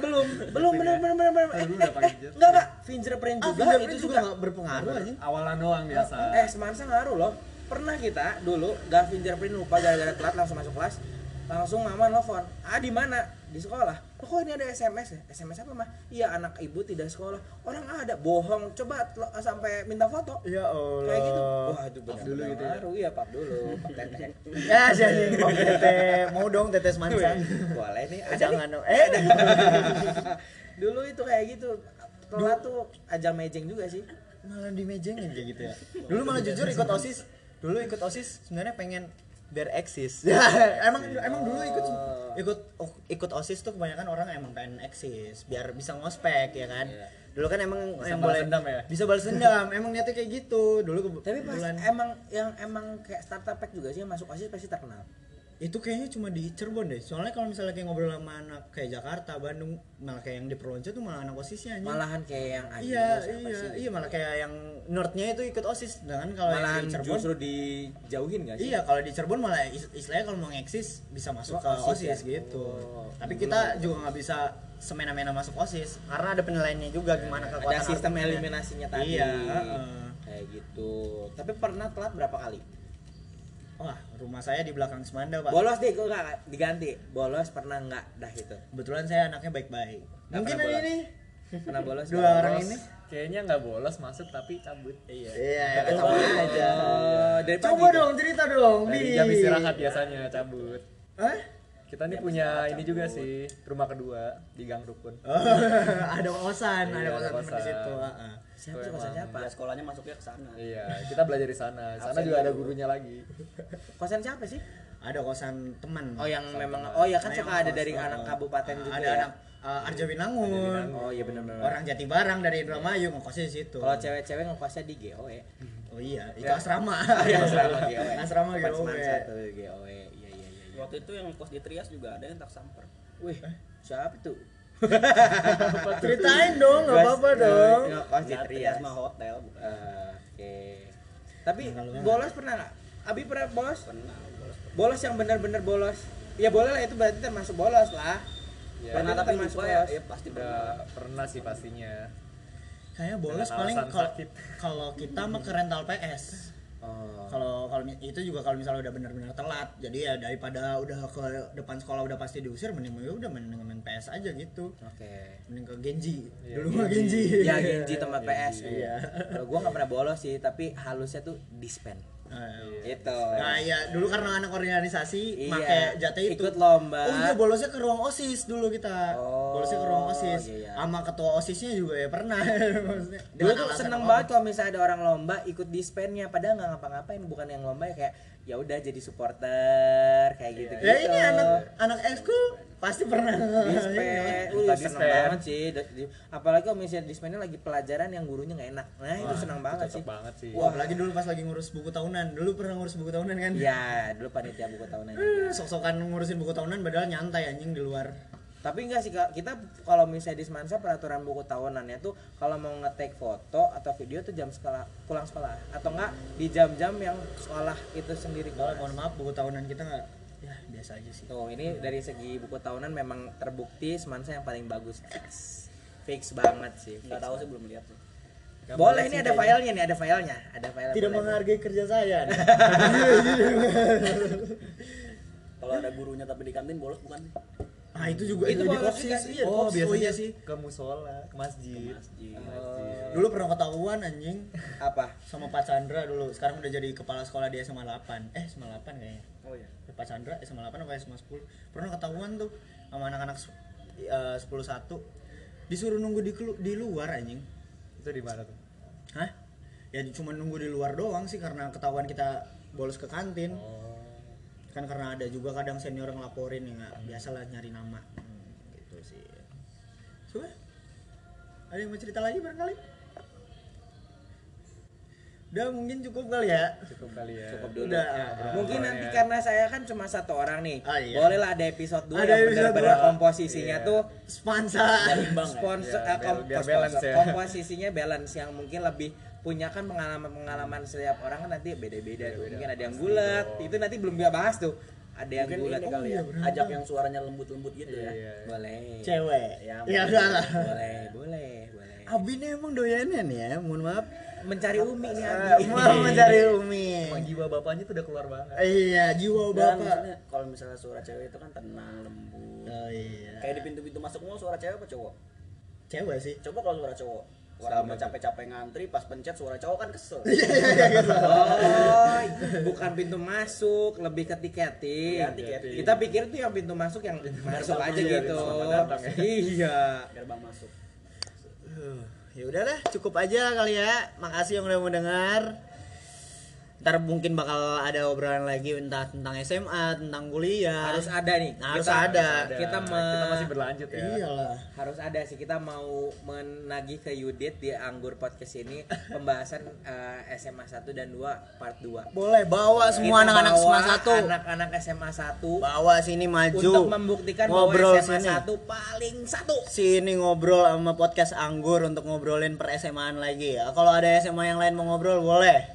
Speaker 2: belum belum bener bener bener bener
Speaker 3: Oh,
Speaker 2: eh, eh,
Speaker 3: dulu udah
Speaker 2: eh,
Speaker 3: pakai
Speaker 2: enggak enggak fingerprint
Speaker 1: ah
Speaker 2: juga
Speaker 1: fingerprint
Speaker 2: itu
Speaker 1: juga
Speaker 2: juga
Speaker 1: nggak berpengaruh aja
Speaker 3: Awalan doang biasa.
Speaker 2: Eh, semansa ngaruh loh. Pernah kita dulu gak fingerprint lupa gara-gara telat langsung masuk kelas. Langsung mama nelfon. "Ah, di mana?" Di sekolah. "Loh, kok ini ada SMS ya?" "SMS apa, Mah?" "Iya, anak ibu tidak sekolah." "Orang ada, bohong. Coba tel- sampai minta foto."
Speaker 1: ya Allah
Speaker 2: Kayak gitu. Wah, itu benar
Speaker 3: dulu gitu ya?
Speaker 2: ngaruh. Iya, pap dulu. Pap tetek.
Speaker 1: ya sih anjing. Mau tete mau dong tete semanda
Speaker 2: Boleh nih. Ada nih.
Speaker 1: jangan dong eh
Speaker 2: Dulu itu kayak gitu. Telat tuh ajang mejeng juga sih.
Speaker 1: malah dimejengin kayak gitu ya dulu malah jujur ikut osis dulu ikut osis sebenarnya pengen biar eksis emang emang dulu ikut
Speaker 2: Oh.
Speaker 1: ikut oh, ikut osis tuh kebanyakan orang emang pengen eksis biar bisa ngospek ya kan
Speaker 2: Iya.
Speaker 1: dulu kan emang
Speaker 3: Bisa
Speaker 1: yang
Speaker 3: balas
Speaker 1: boleh
Speaker 3: dendam ya?
Speaker 1: bisa balas dendam emang niatnya kayak gitu dulu ke
Speaker 2: Tapi pas
Speaker 1: bulan
Speaker 2: emang yang emang kayak startup pack juga sih yang masuk OSIS pasti terkenal.
Speaker 1: itu kayaknya cuma di Cirebon deh soalnya kalau misalnya kayak ngobrol sama anak kayak Jakarta Bandung malah kayak yang di Perlonco tuh malah anak osisnya anjing
Speaker 2: malahan kayak yang anjing
Speaker 1: iya
Speaker 2: gua siapa
Speaker 1: iya
Speaker 2: sih?
Speaker 1: iya malah kayak yang nerdnya itu ikut osis dengan kalau
Speaker 2: malahan
Speaker 1: yang di Cirebon
Speaker 2: justru dijauhin gak sih
Speaker 1: Iya, kalau di Cirebon malah is- istilahnya kalau mau ngeksis bisa masuk ke
Speaker 2: Masuk
Speaker 1: OSIS
Speaker 2: OSIS ya?
Speaker 1: gitu.
Speaker 2: Oh.
Speaker 1: Tapi kita juga nggak bisa semena-mena masuk OSIS karena ada penilaiannya juga gimana kekuatan
Speaker 2: Iya, ada sistem
Speaker 1: argumennya.
Speaker 2: eliminasinya tadi
Speaker 1: Iya, heeh.
Speaker 2: kayak gitu tapi pernah telat berapa kali
Speaker 1: Wah, rumah saya di belakang Semanda, Pak.
Speaker 2: bolos deh gue nggak diganti bolos pernah nggak dah gitu? itu
Speaker 1: Kebetulan saya anaknya baik-baik.
Speaker 2: Nggak
Speaker 1: Mungkin
Speaker 2: pernah
Speaker 1: hari
Speaker 2: bolos.
Speaker 1: ini
Speaker 2: pernah bolos
Speaker 1: dua
Speaker 2: nggak
Speaker 1: orang
Speaker 2: bolos?
Speaker 1: ini.
Speaker 3: Kayaknya nggak bolos masuk tapi cabut.
Speaker 4: Iya.
Speaker 1: Iya,
Speaker 2: Oh,
Speaker 1: sama aja.
Speaker 2: dari pagi
Speaker 1: Coba
Speaker 2: tuh?
Speaker 1: dong cerita dong,
Speaker 3: Dari
Speaker 1: Bi.
Speaker 3: jam istirahat biasanya cabut.
Speaker 1: Hah?
Speaker 3: Kita nih punya ini juga sih rumah kedua di Gang Rukun.
Speaker 1: Oh, ada kosan, ada
Speaker 3: Iya,
Speaker 1: kosan temen
Speaker 3: ada
Speaker 1: di
Speaker 3: kosan.
Speaker 1: situ, ah, heeh.
Speaker 2: siapa
Speaker 3: Tuh
Speaker 2: sih kosan
Speaker 3: emang.
Speaker 2: siapa
Speaker 4: Pas sekolahnya masuknya ke sana.
Speaker 3: Iya, kita belajar di sana. Di Sana
Speaker 2: Absen
Speaker 3: juga ada
Speaker 2: dulu.
Speaker 3: gurunya lagi.
Speaker 2: kosan siapa sih
Speaker 1: Ada kosan Hmm, teman.
Speaker 2: oh yang memang oh ya kan
Speaker 1: Nah,
Speaker 2: suka
Speaker 1: yang
Speaker 2: ada
Speaker 1: kos,
Speaker 2: dari
Speaker 1: uh,
Speaker 2: anak kabupaten
Speaker 1: uh,
Speaker 2: juga
Speaker 1: ada
Speaker 2: ya?
Speaker 1: anak uh, Arjawinangun
Speaker 2: oh iya benar-benar
Speaker 1: orang Jatibarang dari Indramayu ngekosnya di situ
Speaker 2: kalau cewek-cewek ngekosnya di GOE
Speaker 1: oh iya itu
Speaker 2: Ya.
Speaker 1: asrama
Speaker 2: Iya, asrama GOE
Speaker 1: asrama E.
Speaker 2: Empat
Speaker 1: GOE
Speaker 2: sembilan satu GOE iya iya iya iya.
Speaker 4: Waktu itu yang kos di Trias juga ada yang tak samper.
Speaker 2: wih
Speaker 1: Eh?
Speaker 2: siapa tuh
Speaker 1: ceritain dong nggak
Speaker 2: Iya,
Speaker 1: apa-apa dong
Speaker 2: ngekos di
Speaker 4: Nggak,
Speaker 2: Trias
Speaker 4: mah hotel bukan.
Speaker 2: Eh, oke tapi
Speaker 1: Nah, kalau-
Speaker 2: bolos pernah nggak Abi pernah bolos
Speaker 4: Pernah bolos.
Speaker 2: bolos yang benar-benar bolos ya boleh lah itu berarti termasuk bolos lah
Speaker 3: Ya,
Speaker 4: Pernah
Speaker 2: Berarti
Speaker 4: tapi
Speaker 2: termasuk
Speaker 4: lupa ya,
Speaker 2: bolos.
Speaker 4: ya pasti pernah.
Speaker 3: Udah pernah sih pastinya.
Speaker 1: kayaknya bolos
Speaker 3: Dengan
Speaker 1: paling
Speaker 3: alasan
Speaker 1: kalau
Speaker 3: sakit.
Speaker 1: kalau kita mah ke rental PS
Speaker 2: oh.
Speaker 1: kalau kalau mi- itu juga kalau misalnya udah benar-benar telat jadi ya daripada udah ke depan sekolah udah pasti diusir mending ya udah mending main PS aja gitu
Speaker 2: oke
Speaker 1: mending ke Genji
Speaker 3: Iya,
Speaker 1: dulu mah
Speaker 3: Genji.
Speaker 1: Genji
Speaker 2: ya Genji tempat PS
Speaker 1: Iya.
Speaker 2: kalau gue nggak pernah bolos sih tapi halusnya tuh Gitu. dispen
Speaker 1: Eh,
Speaker 2: itu
Speaker 1: Nah iya, dulu karena anak organisasi
Speaker 2: Iya.
Speaker 1: make jatah itu.
Speaker 2: Ikut lomba.
Speaker 1: Oh iya, bolosnya ke ruang OSIS dulu kita.
Speaker 2: Oh,
Speaker 1: bolosnya ke ruang OSIS.
Speaker 2: iya, iya.
Speaker 1: Sama ketua OSISnya juga ya pernah. Maksudnya,
Speaker 2: dulu
Speaker 1: dengan
Speaker 2: tuh
Speaker 1: alasan
Speaker 2: seneng
Speaker 1: apa?
Speaker 2: banget kalau misalnya ada orang lomba ikut dispennya padahal nggak ngapa-ngapain bukan yang lomba ya kayak ya udah jadi supporter kayak gitu gitu
Speaker 1: Ya ini anak anak ekskul pasti pernah.
Speaker 2: dispen,
Speaker 3: Iya.
Speaker 2: uh,
Speaker 3: Minta
Speaker 2: seneng
Speaker 3: dispen.
Speaker 2: banget sih. Di- di- Apalagi kalau misalnya dispennya lagi pelajaran yang gurunya nggak enak, nah itu seneng banget sih.
Speaker 3: Cocok banget sih.
Speaker 1: Wah, apalagi dulu pas lagi ngurus buku tahunan. Dulu pernah ngurus buku tahunan kan?
Speaker 2: Iya, dulu panitia buku tahunan. ya. juga.
Speaker 1: Sok-sokan ngurusin buku tahunan padahal nyantai anjing di luar.
Speaker 2: Tapi enggak sih Kak. kita kalau misalnya di Semansa peraturan buku tahunannya tuh kalau mau ngetek foto atau video tuh jam sekolah pulang sekolah atau enggak di jam-jam yang sekolah itu sendiri
Speaker 1: Kalau
Speaker 2: kelas.
Speaker 1: mohon maaf buku tahunan kita nggak ya biasa aja sih.
Speaker 2: Tuh, ini dari segi buku tahunan memang terbukti Semansa yang paling bagus. Fix. Fix banget sih. fix
Speaker 4: Enggak tahu sih
Speaker 2: banget.
Speaker 4: belum lihat tuh.
Speaker 2: Boleh ini ada filenya nih, ada filenya, ada file.
Speaker 1: Tidak
Speaker 2: boleh.
Speaker 1: menghargai kerja saya. nih.
Speaker 4: Kalau ada gurunya tapi di kantin bolos bukan nih.
Speaker 1: ah itu juga
Speaker 2: Itu
Speaker 1: di
Speaker 2: bolos
Speaker 1: kopsis. Iya,
Speaker 2: juga.
Speaker 1: di
Speaker 3: Oh,
Speaker 1: kopsis.
Speaker 3: biasanya
Speaker 1: iya
Speaker 3: sih ke musola, ke masjid.
Speaker 4: Masjid.
Speaker 1: Dulu pernah ketahuan anjing
Speaker 2: Oh. apa?
Speaker 1: sama Pak Chandra dulu. Sekarang udah jadi kepala sekolah di SMA 8. Eh, SMA 8 kayaknya.
Speaker 4: Oh iya.
Speaker 1: Pak Chandra SMA 8 apa SMA 10? Pernah ketahuan tuh sama anak-anak se- eh, 10 1 disuruh nunggu di kelu- di luar anjing.
Speaker 3: Itu di mana tuh?
Speaker 1: Hah? Ya cuma nunggu di luar doang sih karena ketahuan kita bolos ke kantin.
Speaker 3: Oh.
Speaker 1: Kan karena ada juga kadang senior ngelaporin ya nggak biasalah nyari nama. Hmm, gitu sih. Coba. Ada yang mau cerita lagi barangkali? Udah mungkin cukup kali ya.
Speaker 3: Cukup kali ya.
Speaker 2: Cukup dulu.
Speaker 1: Udah.
Speaker 2: Mungkin
Speaker 3: boleh.
Speaker 2: nanti karena saya kan cuma satu orang nih.
Speaker 1: Ah, iya.
Speaker 2: Bolehlah ada episode dua
Speaker 1: Ada
Speaker 2: yang
Speaker 1: episode
Speaker 2: benar-benar
Speaker 1: dua.
Speaker 2: komposisinya
Speaker 3: Iya.
Speaker 2: tuh
Speaker 1: Sponsor.
Speaker 4: Imbang ya.
Speaker 2: sponsor
Speaker 3: Iya,
Speaker 2: eh, kom-
Speaker 3: biar- biar
Speaker 2: sponsor.
Speaker 3: balance ya.
Speaker 2: komposisinya balance yang mungkin lebih punya kan pengalaman-pengalaman setiap orang kan nanti beda-beda tuh. Mungkin ada yang gulat, itu nanti belum gue bahas tuh. Ada yang
Speaker 4: Mungkin
Speaker 2: gulat
Speaker 4: ini kali ya.
Speaker 1: iya, bener.
Speaker 4: Ajak yang suaranya lembut-lembut gitu ya.
Speaker 3: Iya.
Speaker 2: Boleh.
Speaker 1: Cewek.
Speaker 2: Ya,
Speaker 1: Ya
Speaker 2: boleh.
Speaker 1: udah lah.
Speaker 2: Boleh, boleh, boleh.
Speaker 1: Abi nih emang doyannya nih ya, mohon maaf.
Speaker 2: Mencari Umi nih
Speaker 1: Eh, Mau
Speaker 2: Abi.
Speaker 1: mencari Umi.
Speaker 3: Emang jiwa bapaknya tuh udah keluar banget.
Speaker 1: Iya, jiwa
Speaker 4: Dan
Speaker 1: bapak.
Speaker 4: maksudnya kalau misalnya suara cewek itu kan tenang, lembut.
Speaker 1: Oh iya.
Speaker 4: Kayak di pintu-pintu masuk mall suara cewek apa cowok?
Speaker 1: Cewek sih.
Speaker 4: Coba kalau suara cowok. Orang udah capek-capek ngantri, pas pencet suara cowok kan kesel.
Speaker 1: Iya.
Speaker 2: Oh, bukan pintu masuk, lebih ke tiketing.
Speaker 4: Iya, tiketing.
Speaker 2: Kita pikir tuh yang pintu masuk yang masuk
Speaker 4: masuk.
Speaker 2: aja
Speaker 4: Iya,
Speaker 2: gitu.
Speaker 4: selamat datang ya.
Speaker 2: Iya.
Speaker 4: Gerbang masuk.
Speaker 1: ya udahlah cukup aja kali ya makasih yang udah mau dengar ntar mungkin bakal ada obrolan lagi entah tentang SMA tentang kuliah
Speaker 2: harus ada nih
Speaker 1: Harus ada.
Speaker 2: kita, me-
Speaker 3: kita masih berlanjut ya
Speaker 1: iyalah
Speaker 2: harus ada sih kita mau menagih ke Yudit di Anggur Podcast ini pembahasan eh, SMA 1 dan 2 part 2.
Speaker 1: boleh bawa semua anak-anak SMA satu
Speaker 2: Anak-anak SMA 1
Speaker 1: bawa sini maju
Speaker 2: untuk membuktikan
Speaker 1: ngobrol
Speaker 2: bahwa SMA
Speaker 1: sini.
Speaker 2: 1 paling satu.
Speaker 1: sini ngobrol sama podcast anggur untuk ngobrolin per SMAan lagi ya kalau ada SMA yang lain mau ngobrol boleh